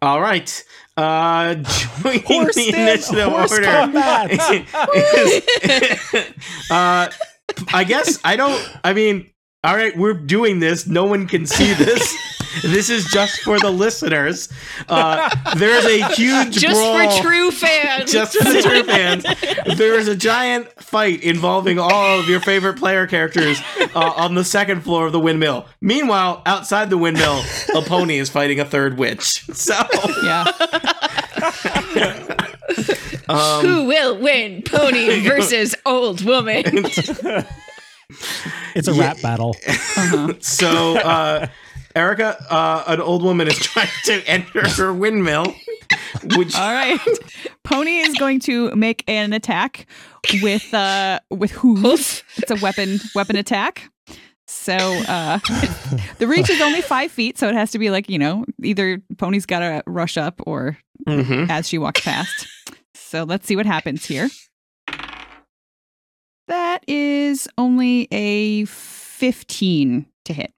[SPEAKER 2] All right. Uh, join
[SPEAKER 6] Horse,
[SPEAKER 2] the
[SPEAKER 6] stand-
[SPEAKER 2] initiative
[SPEAKER 6] horse
[SPEAKER 2] order.
[SPEAKER 6] combat.
[SPEAKER 2] uh, I guess I don't. I mean, all right, we're doing this. No one can see this. this is just for the listeners. Uh, there's a huge
[SPEAKER 7] Just
[SPEAKER 2] brawl-
[SPEAKER 7] for true fans.
[SPEAKER 2] Just for the true fans, there is a giant fight involving all of your favorite player characters uh, on the second floor of the windmill. Meanwhile, outside the windmill, a pony is fighting a third witch. So,
[SPEAKER 3] Yeah,
[SPEAKER 2] um,
[SPEAKER 7] Who will win? Pony versus old woman.
[SPEAKER 6] It's a
[SPEAKER 2] Yeah.
[SPEAKER 6] rap battle.
[SPEAKER 3] uh-huh.
[SPEAKER 2] So, uh, Erica, uh, an old woman is trying to enter her windmill. Which
[SPEAKER 3] all right. Pony is going to make an attack with uh with hooves. it's a weapon weapon attack. So uh, the reach is only five feet, so it has to be like you know either pony's got to rush up or
[SPEAKER 2] Mhm.
[SPEAKER 3] as she walks past. So let's see what happens here. That is only a fifteen to hit.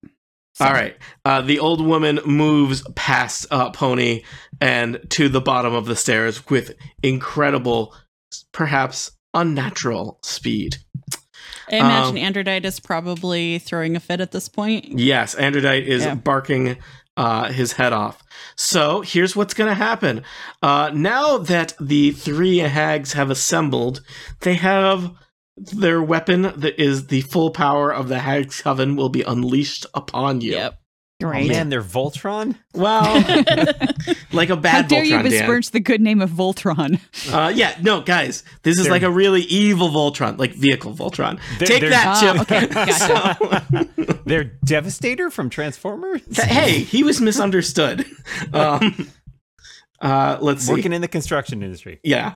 [SPEAKER 3] So-
[SPEAKER 2] All right. Uh, the old woman moves past uh, Pony and to the bottom of the stairs with incredible, perhaps unnatural speed.
[SPEAKER 5] I imagine Androdite is probably throwing a fit at this point.
[SPEAKER 2] Yes, Androdite is
[SPEAKER 5] Yeah.
[SPEAKER 2] barking uh, his head off. So here's what's going to happen. Uh, now that the three hags have assembled, they have their weapon that is the full power of the hag's coven will be unleashed upon you.
[SPEAKER 5] Yep.
[SPEAKER 4] Oh,
[SPEAKER 3] Great.
[SPEAKER 4] man, they're Voltron.
[SPEAKER 2] Well, like a
[SPEAKER 3] How
[SPEAKER 2] bad
[SPEAKER 3] dare you
[SPEAKER 2] Voltron, Dan.
[SPEAKER 3] besmirch the good name of Voltron?
[SPEAKER 2] Uh, yeah, no, guys, this is
[SPEAKER 4] They're-
[SPEAKER 2] like a really evil Voltron, like vehicle Voltron.
[SPEAKER 4] They're-
[SPEAKER 2] Take
[SPEAKER 4] they're-
[SPEAKER 2] that,
[SPEAKER 3] Ah,
[SPEAKER 2] Chip.
[SPEAKER 3] okay, gotcha.
[SPEAKER 2] So-
[SPEAKER 4] They're Devastator from Transformers.
[SPEAKER 2] Th- hey, he was misunderstood. Um, uh, let's see.
[SPEAKER 4] Working in the construction industry.
[SPEAKER 2] yeah,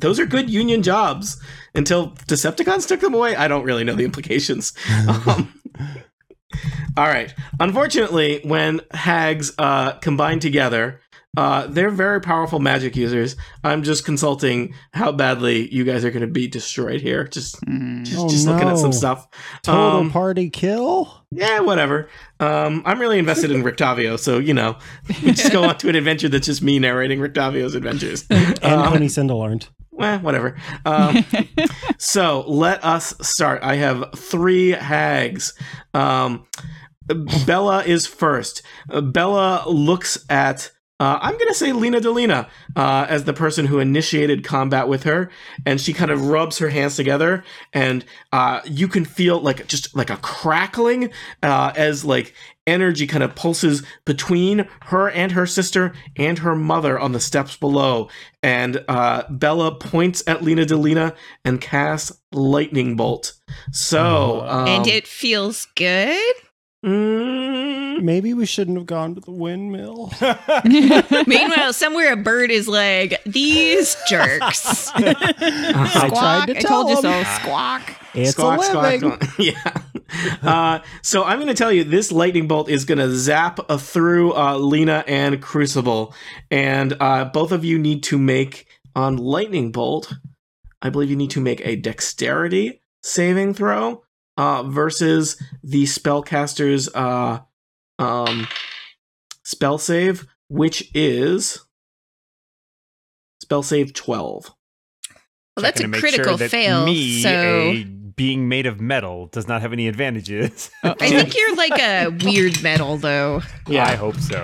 [SPEAKER 2] those are good union jobs until Decepticons took them away. I don't really know the implications. Um, all right. Unfortunately, when hags uh, combine together, Uh, they're very powerful magic users. I'm just consulting how badly you guys are going to be destroyed here. Just, just,
[SPEAKER 6] Oh,
[SPEAKER 2] just looking at
[SPEAKER 6] no.
[SPEAKER 2] some stuff.
[SPEAKER 6] Total
[SPEAKER 2] Um,
[SPEAKER 6] party kill.
[SPEAKER 2] yeah, whatever. Um, I'm really invested in Rictavio, so you know, we just go on to an adventure that's just me narrating Rictavio's adventures.
[SPEAKER 6] And
[SPEAKER 2] Um,
[SPEAKER 6] Honey Sindel aren't.
[SPEAKER 2] eh, whatever. Um, so let us start. I have three hags. Um, Bella is first. Uh, Bella looks at. Uh, I'm gonna say Lena Delina uh, as the person who initiated combat with her, and she kind of rubs her hands together, and uh, you can feel like just like a crackling uh, as like energy kind of pulses between her and her sister and her mother on the steps below, and uh, Bella points at Lena Delina and casts lightning bolt. So um,
[SPEAKER 7] and it feels good.
[SPEAKER 2] mm,
[SPEAKER 6] Maybe we shouldn't have gone to the windmill.
[SPEAKER 7] Meanwhile, somewhere a bird is like, these jerks.
[SPEAKER 6] I tried to
[SPEAKER 3] I
[SPEAKER 6] tell
[SPEAKER 3] told you
[SPEAKER 6] him.
[SPEAKER 3] so. Squawk.
[SPEAKER 6] It's
[SPEAKER 2] Squawk,
[SPEAKER 6] a
[SPEAKER 2] squawk,
[SPEAKER 6] living.
[SPEAKER 2] squawk. yeah. Uh, so I'm going to tell you this lightning bolt is going to zap uh, through uh, Lena and Crucible, and uh, both of you need to make on lightning bolt. I believe you need to make a dexterity saving throw uh, versus the spellcaster's uh, um, spell save, which is spell save twelve.
[SPEAKER 7] Well, that's
[SPEAKER 4] Checking
[SPEAKER 7] a
[SPEAKER 4] to make
[SPEAKER 7] critical
[SPEAKER 4] sure that
[SPEAKER 7] fail.
[SPEAKER 4] Me,
[SPEAKER 7] so
[SPEAKER 4] a being made of metal does not have any advantages.
[SPEAKER 7] I think you're like a weird metal, though.
[SPEAKER 4] I hope so.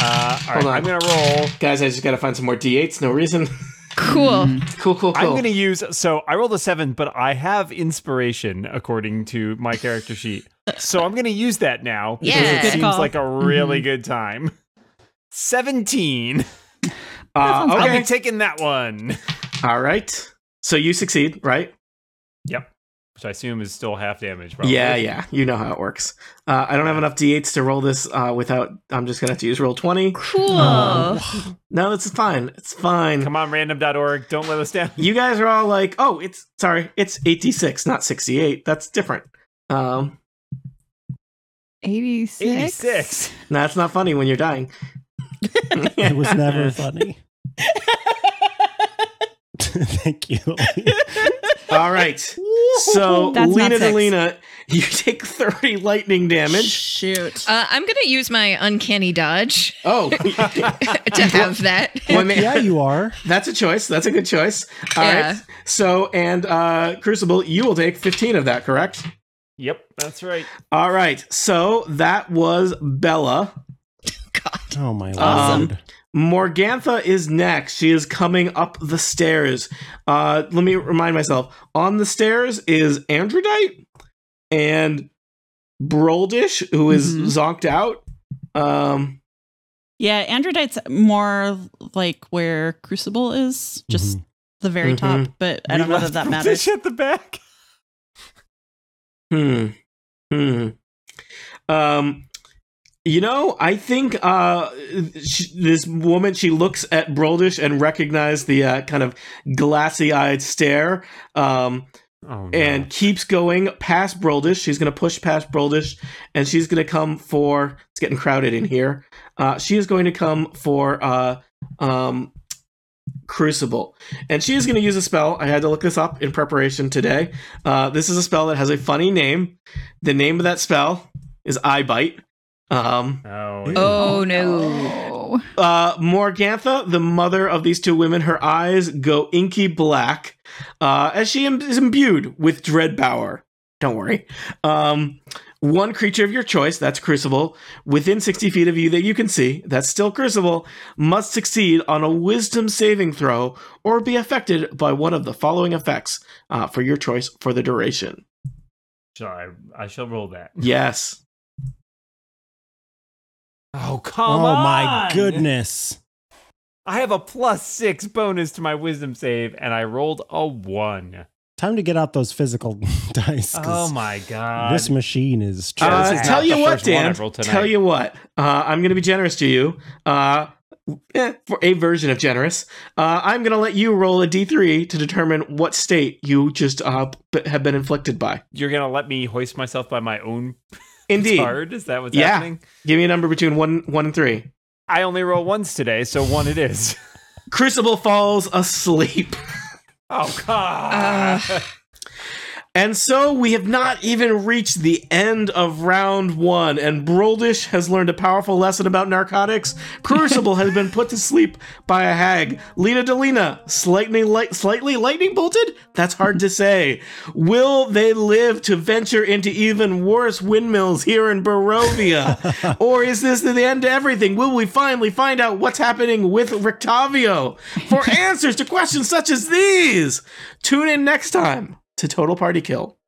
[SPEAKER 4] Uh, all right,
[SPEAKER 2] Hold on.
[SPEAKER 4] I'm gonna roll.
[SPEAKER 2] Guys, I just gotta find some more D8s. No reason.
[SPEAKER 7] Cool.
[SPEAKER 4] Mm.
[SPEAKER 2] cool, cool, cool.
[SPEAKER 4] I'm gonna use. So I rolled a seven, but I have inspiration according to my character sheet. So I'm gonna use that now because
[SPEAKER 7] Yeah.
[SPEAKER 4] it
[SPEAKER 7] Good Mm-hmm.
[SPEAKER 4] seems
[SPEAKER 3] call.
[SPEAKER 4] like a really good time. Seventeen.
[SPEAKER 2] Uh,
[SPEAKER 4] I'll
[SPEAKER 2] okay.
[SPEAKER 4] be taking that one.
[SPEAKER 2] All right. So you succeed, right?
[SPEAKER 4] Yep. Which I assume is still half damage. Probably.
[SPEAKER 2] Yeah, yeah. You know how it works. Uh, I don't have enough D8s to roll this uh, without. I'm just gonna have to use roll twenty.
[SPEAKER 7] Cool.
[SPEAKER 4] Oh.
[SPEAKER 2] No, this is fine. It's fine.
[SPEAKER 4] Come on, random.org. Don't let us down.
[SPEAKER 2] You guys are all like, oh, it's sorry, it's 86, not 68. That's different. Um,
[SPEAKER 3] 86.
[SPEAKER 4] Eighty-six.
[SPEAKER 2] no, that's not funny when you're dying.
[SPEAKER 6] It was never funny. Thank you.
[SPEAKER 2] All right. So
[SPEAKER 3] That's not
[SPEAKER 2] Lena
[SPEAKER 3] six.
[SPEAKER 2] Delina, you take 30 lightning damage.
[SPEAKER 5] Shoot.
[SPEAKER 7] Uh, I'm going to use my uncanny dodge
[SPEAKER 2] Oh,
[SPEAKER 7] to have that.
[SPEAKER 2] Well, man.
[SPEAKER 6] yeah, you are.
[SPEAKER 2] That's a choice. That's a good choice. All right.
[SPEAKER 7] Yeah.
[SPEAKER 2] So, and uh, Crucible, you will take 15 of that, correct?
[SPEAKER 4] Yep, that's right.
[SPEAKER 2] All right. So that was Bella.
[SPEAKER 7] God.
[SPEAKER 6] Oh my
[SPEAKER 2] Awesome.
[SPEAKER 6] lord.
[SPEAKER 2] Morgantha is next. She is coming up the stairs. Uh, let me remind myself on the stairs is Androdite and Broldish, who is
[SPEAKER 3] Mhm.
[SPEAKER 2] zonked out. Um,
[SPEAKER 5] yeah, Androdite's more like where Crucible is, just the very top, but I
[SPEAKER 4] We
[SPEAKER 5] don't know
[SPEAKER 4] left
[SPEAKER 5] that that matters.
[SPEAKER 4] British at the back.
[SPEAKER 2] Hmm. Hmm. Um. You know, I think uh, sh this woman she looks at Broldish and recognizes the uh, kind of glassy-eyed stare, um,
[SPEAKER 4] Oh, no.
[SPEAKER 2] and keeps going past Broldish. She's going to push past Broldish, and she's going to come for. It's getting crowded in here. Uh, she is going to come for uh, um, Crucible, and she is going to use a spell. I had to look this up in preparation today. Uh, this is a spell that has a funny name. The name of that spell is Eye Bite. Um,
[SPEAKER 4] oh,
[SPEAKER 7] Oh, no.
[SPEAKER 3] Oh.
[SPEAKER 2] uh, Morgantha, the mother of these two women, her eyes go inky black uh, as she im- is imbued with dread power. Don't worry. Um, one creature of your choice, that's Crucible, within 60 feet of you that you can see, that's still Crucible, must succeed on a wisdom saving throw or be affected by one of the following effects uh, for your choice for the duration.
[SPEAKER 4] Shall I, I shall roll that.
[SPEAKER 2] Yes.
[SPEAKER 4] Oh come
[SPEAKER 6] Oh
[SPEAKER 4] on!
[SPEAKER 6] my goodness.
[SPEAKER 4] I have a plus six bonus to my wisdom save, and I rolled a one.
[SPEAKER 6] Time to get out those physical dice. 'cause
[SPEAKER 4] Oh my god!
[SPEAKER 6] This machine is
[SPEAKER 4] Sure,
[SPEAKER 2] Uh,
[SPEAKER 4] this is
[SPEAKER 2] tell
[SPEAKER 4] not
[SPEAKER 2] you
[SPEAKER 4] the
[SPEAKER 2] what,
[SPEAKER 4] first one
[SPEAKER 2] Dan.
[SPEAKER 4] I've rolled tonight.
[SPEAKER 2] Tell you what. Uh, I'm going to be generous to you. Uh, eh, for a version of generous, uh, I'm going to let you roll a d3 to determine what state you just uh, b- have been inflicted by.
[SPEAKER 4] You're gonna let me hoist myself by my own
[SPEAKER 2] Indeed.
[SPEAKER 4] card? Is that what's
[SPEAKER 2] Yeah.
[SPEAKER 4] happening?
[SPEAKER 2] Give me a number between one, one and three.
[SPEAKER 4] I only roll ones today, so one it is.
[SPEAKER 2] Crucible falls asleep.
[SPEAKER 4] Oh God!
[SPEAKER 2] And so we have not even reached the end of round one, and Broldish has learned a powerful lesson about narcotics. Crucible has been put to sleep by a hag. Lena Delina, slightly, light, slightly lightning bolted? That's hard to say. Will they live to venture into even worse windmills here in Barovia? or is this the end to everything? Will we finally find out what's happening with Rictavio? For answers to questions such as these, tune in next time to Total Party Kill.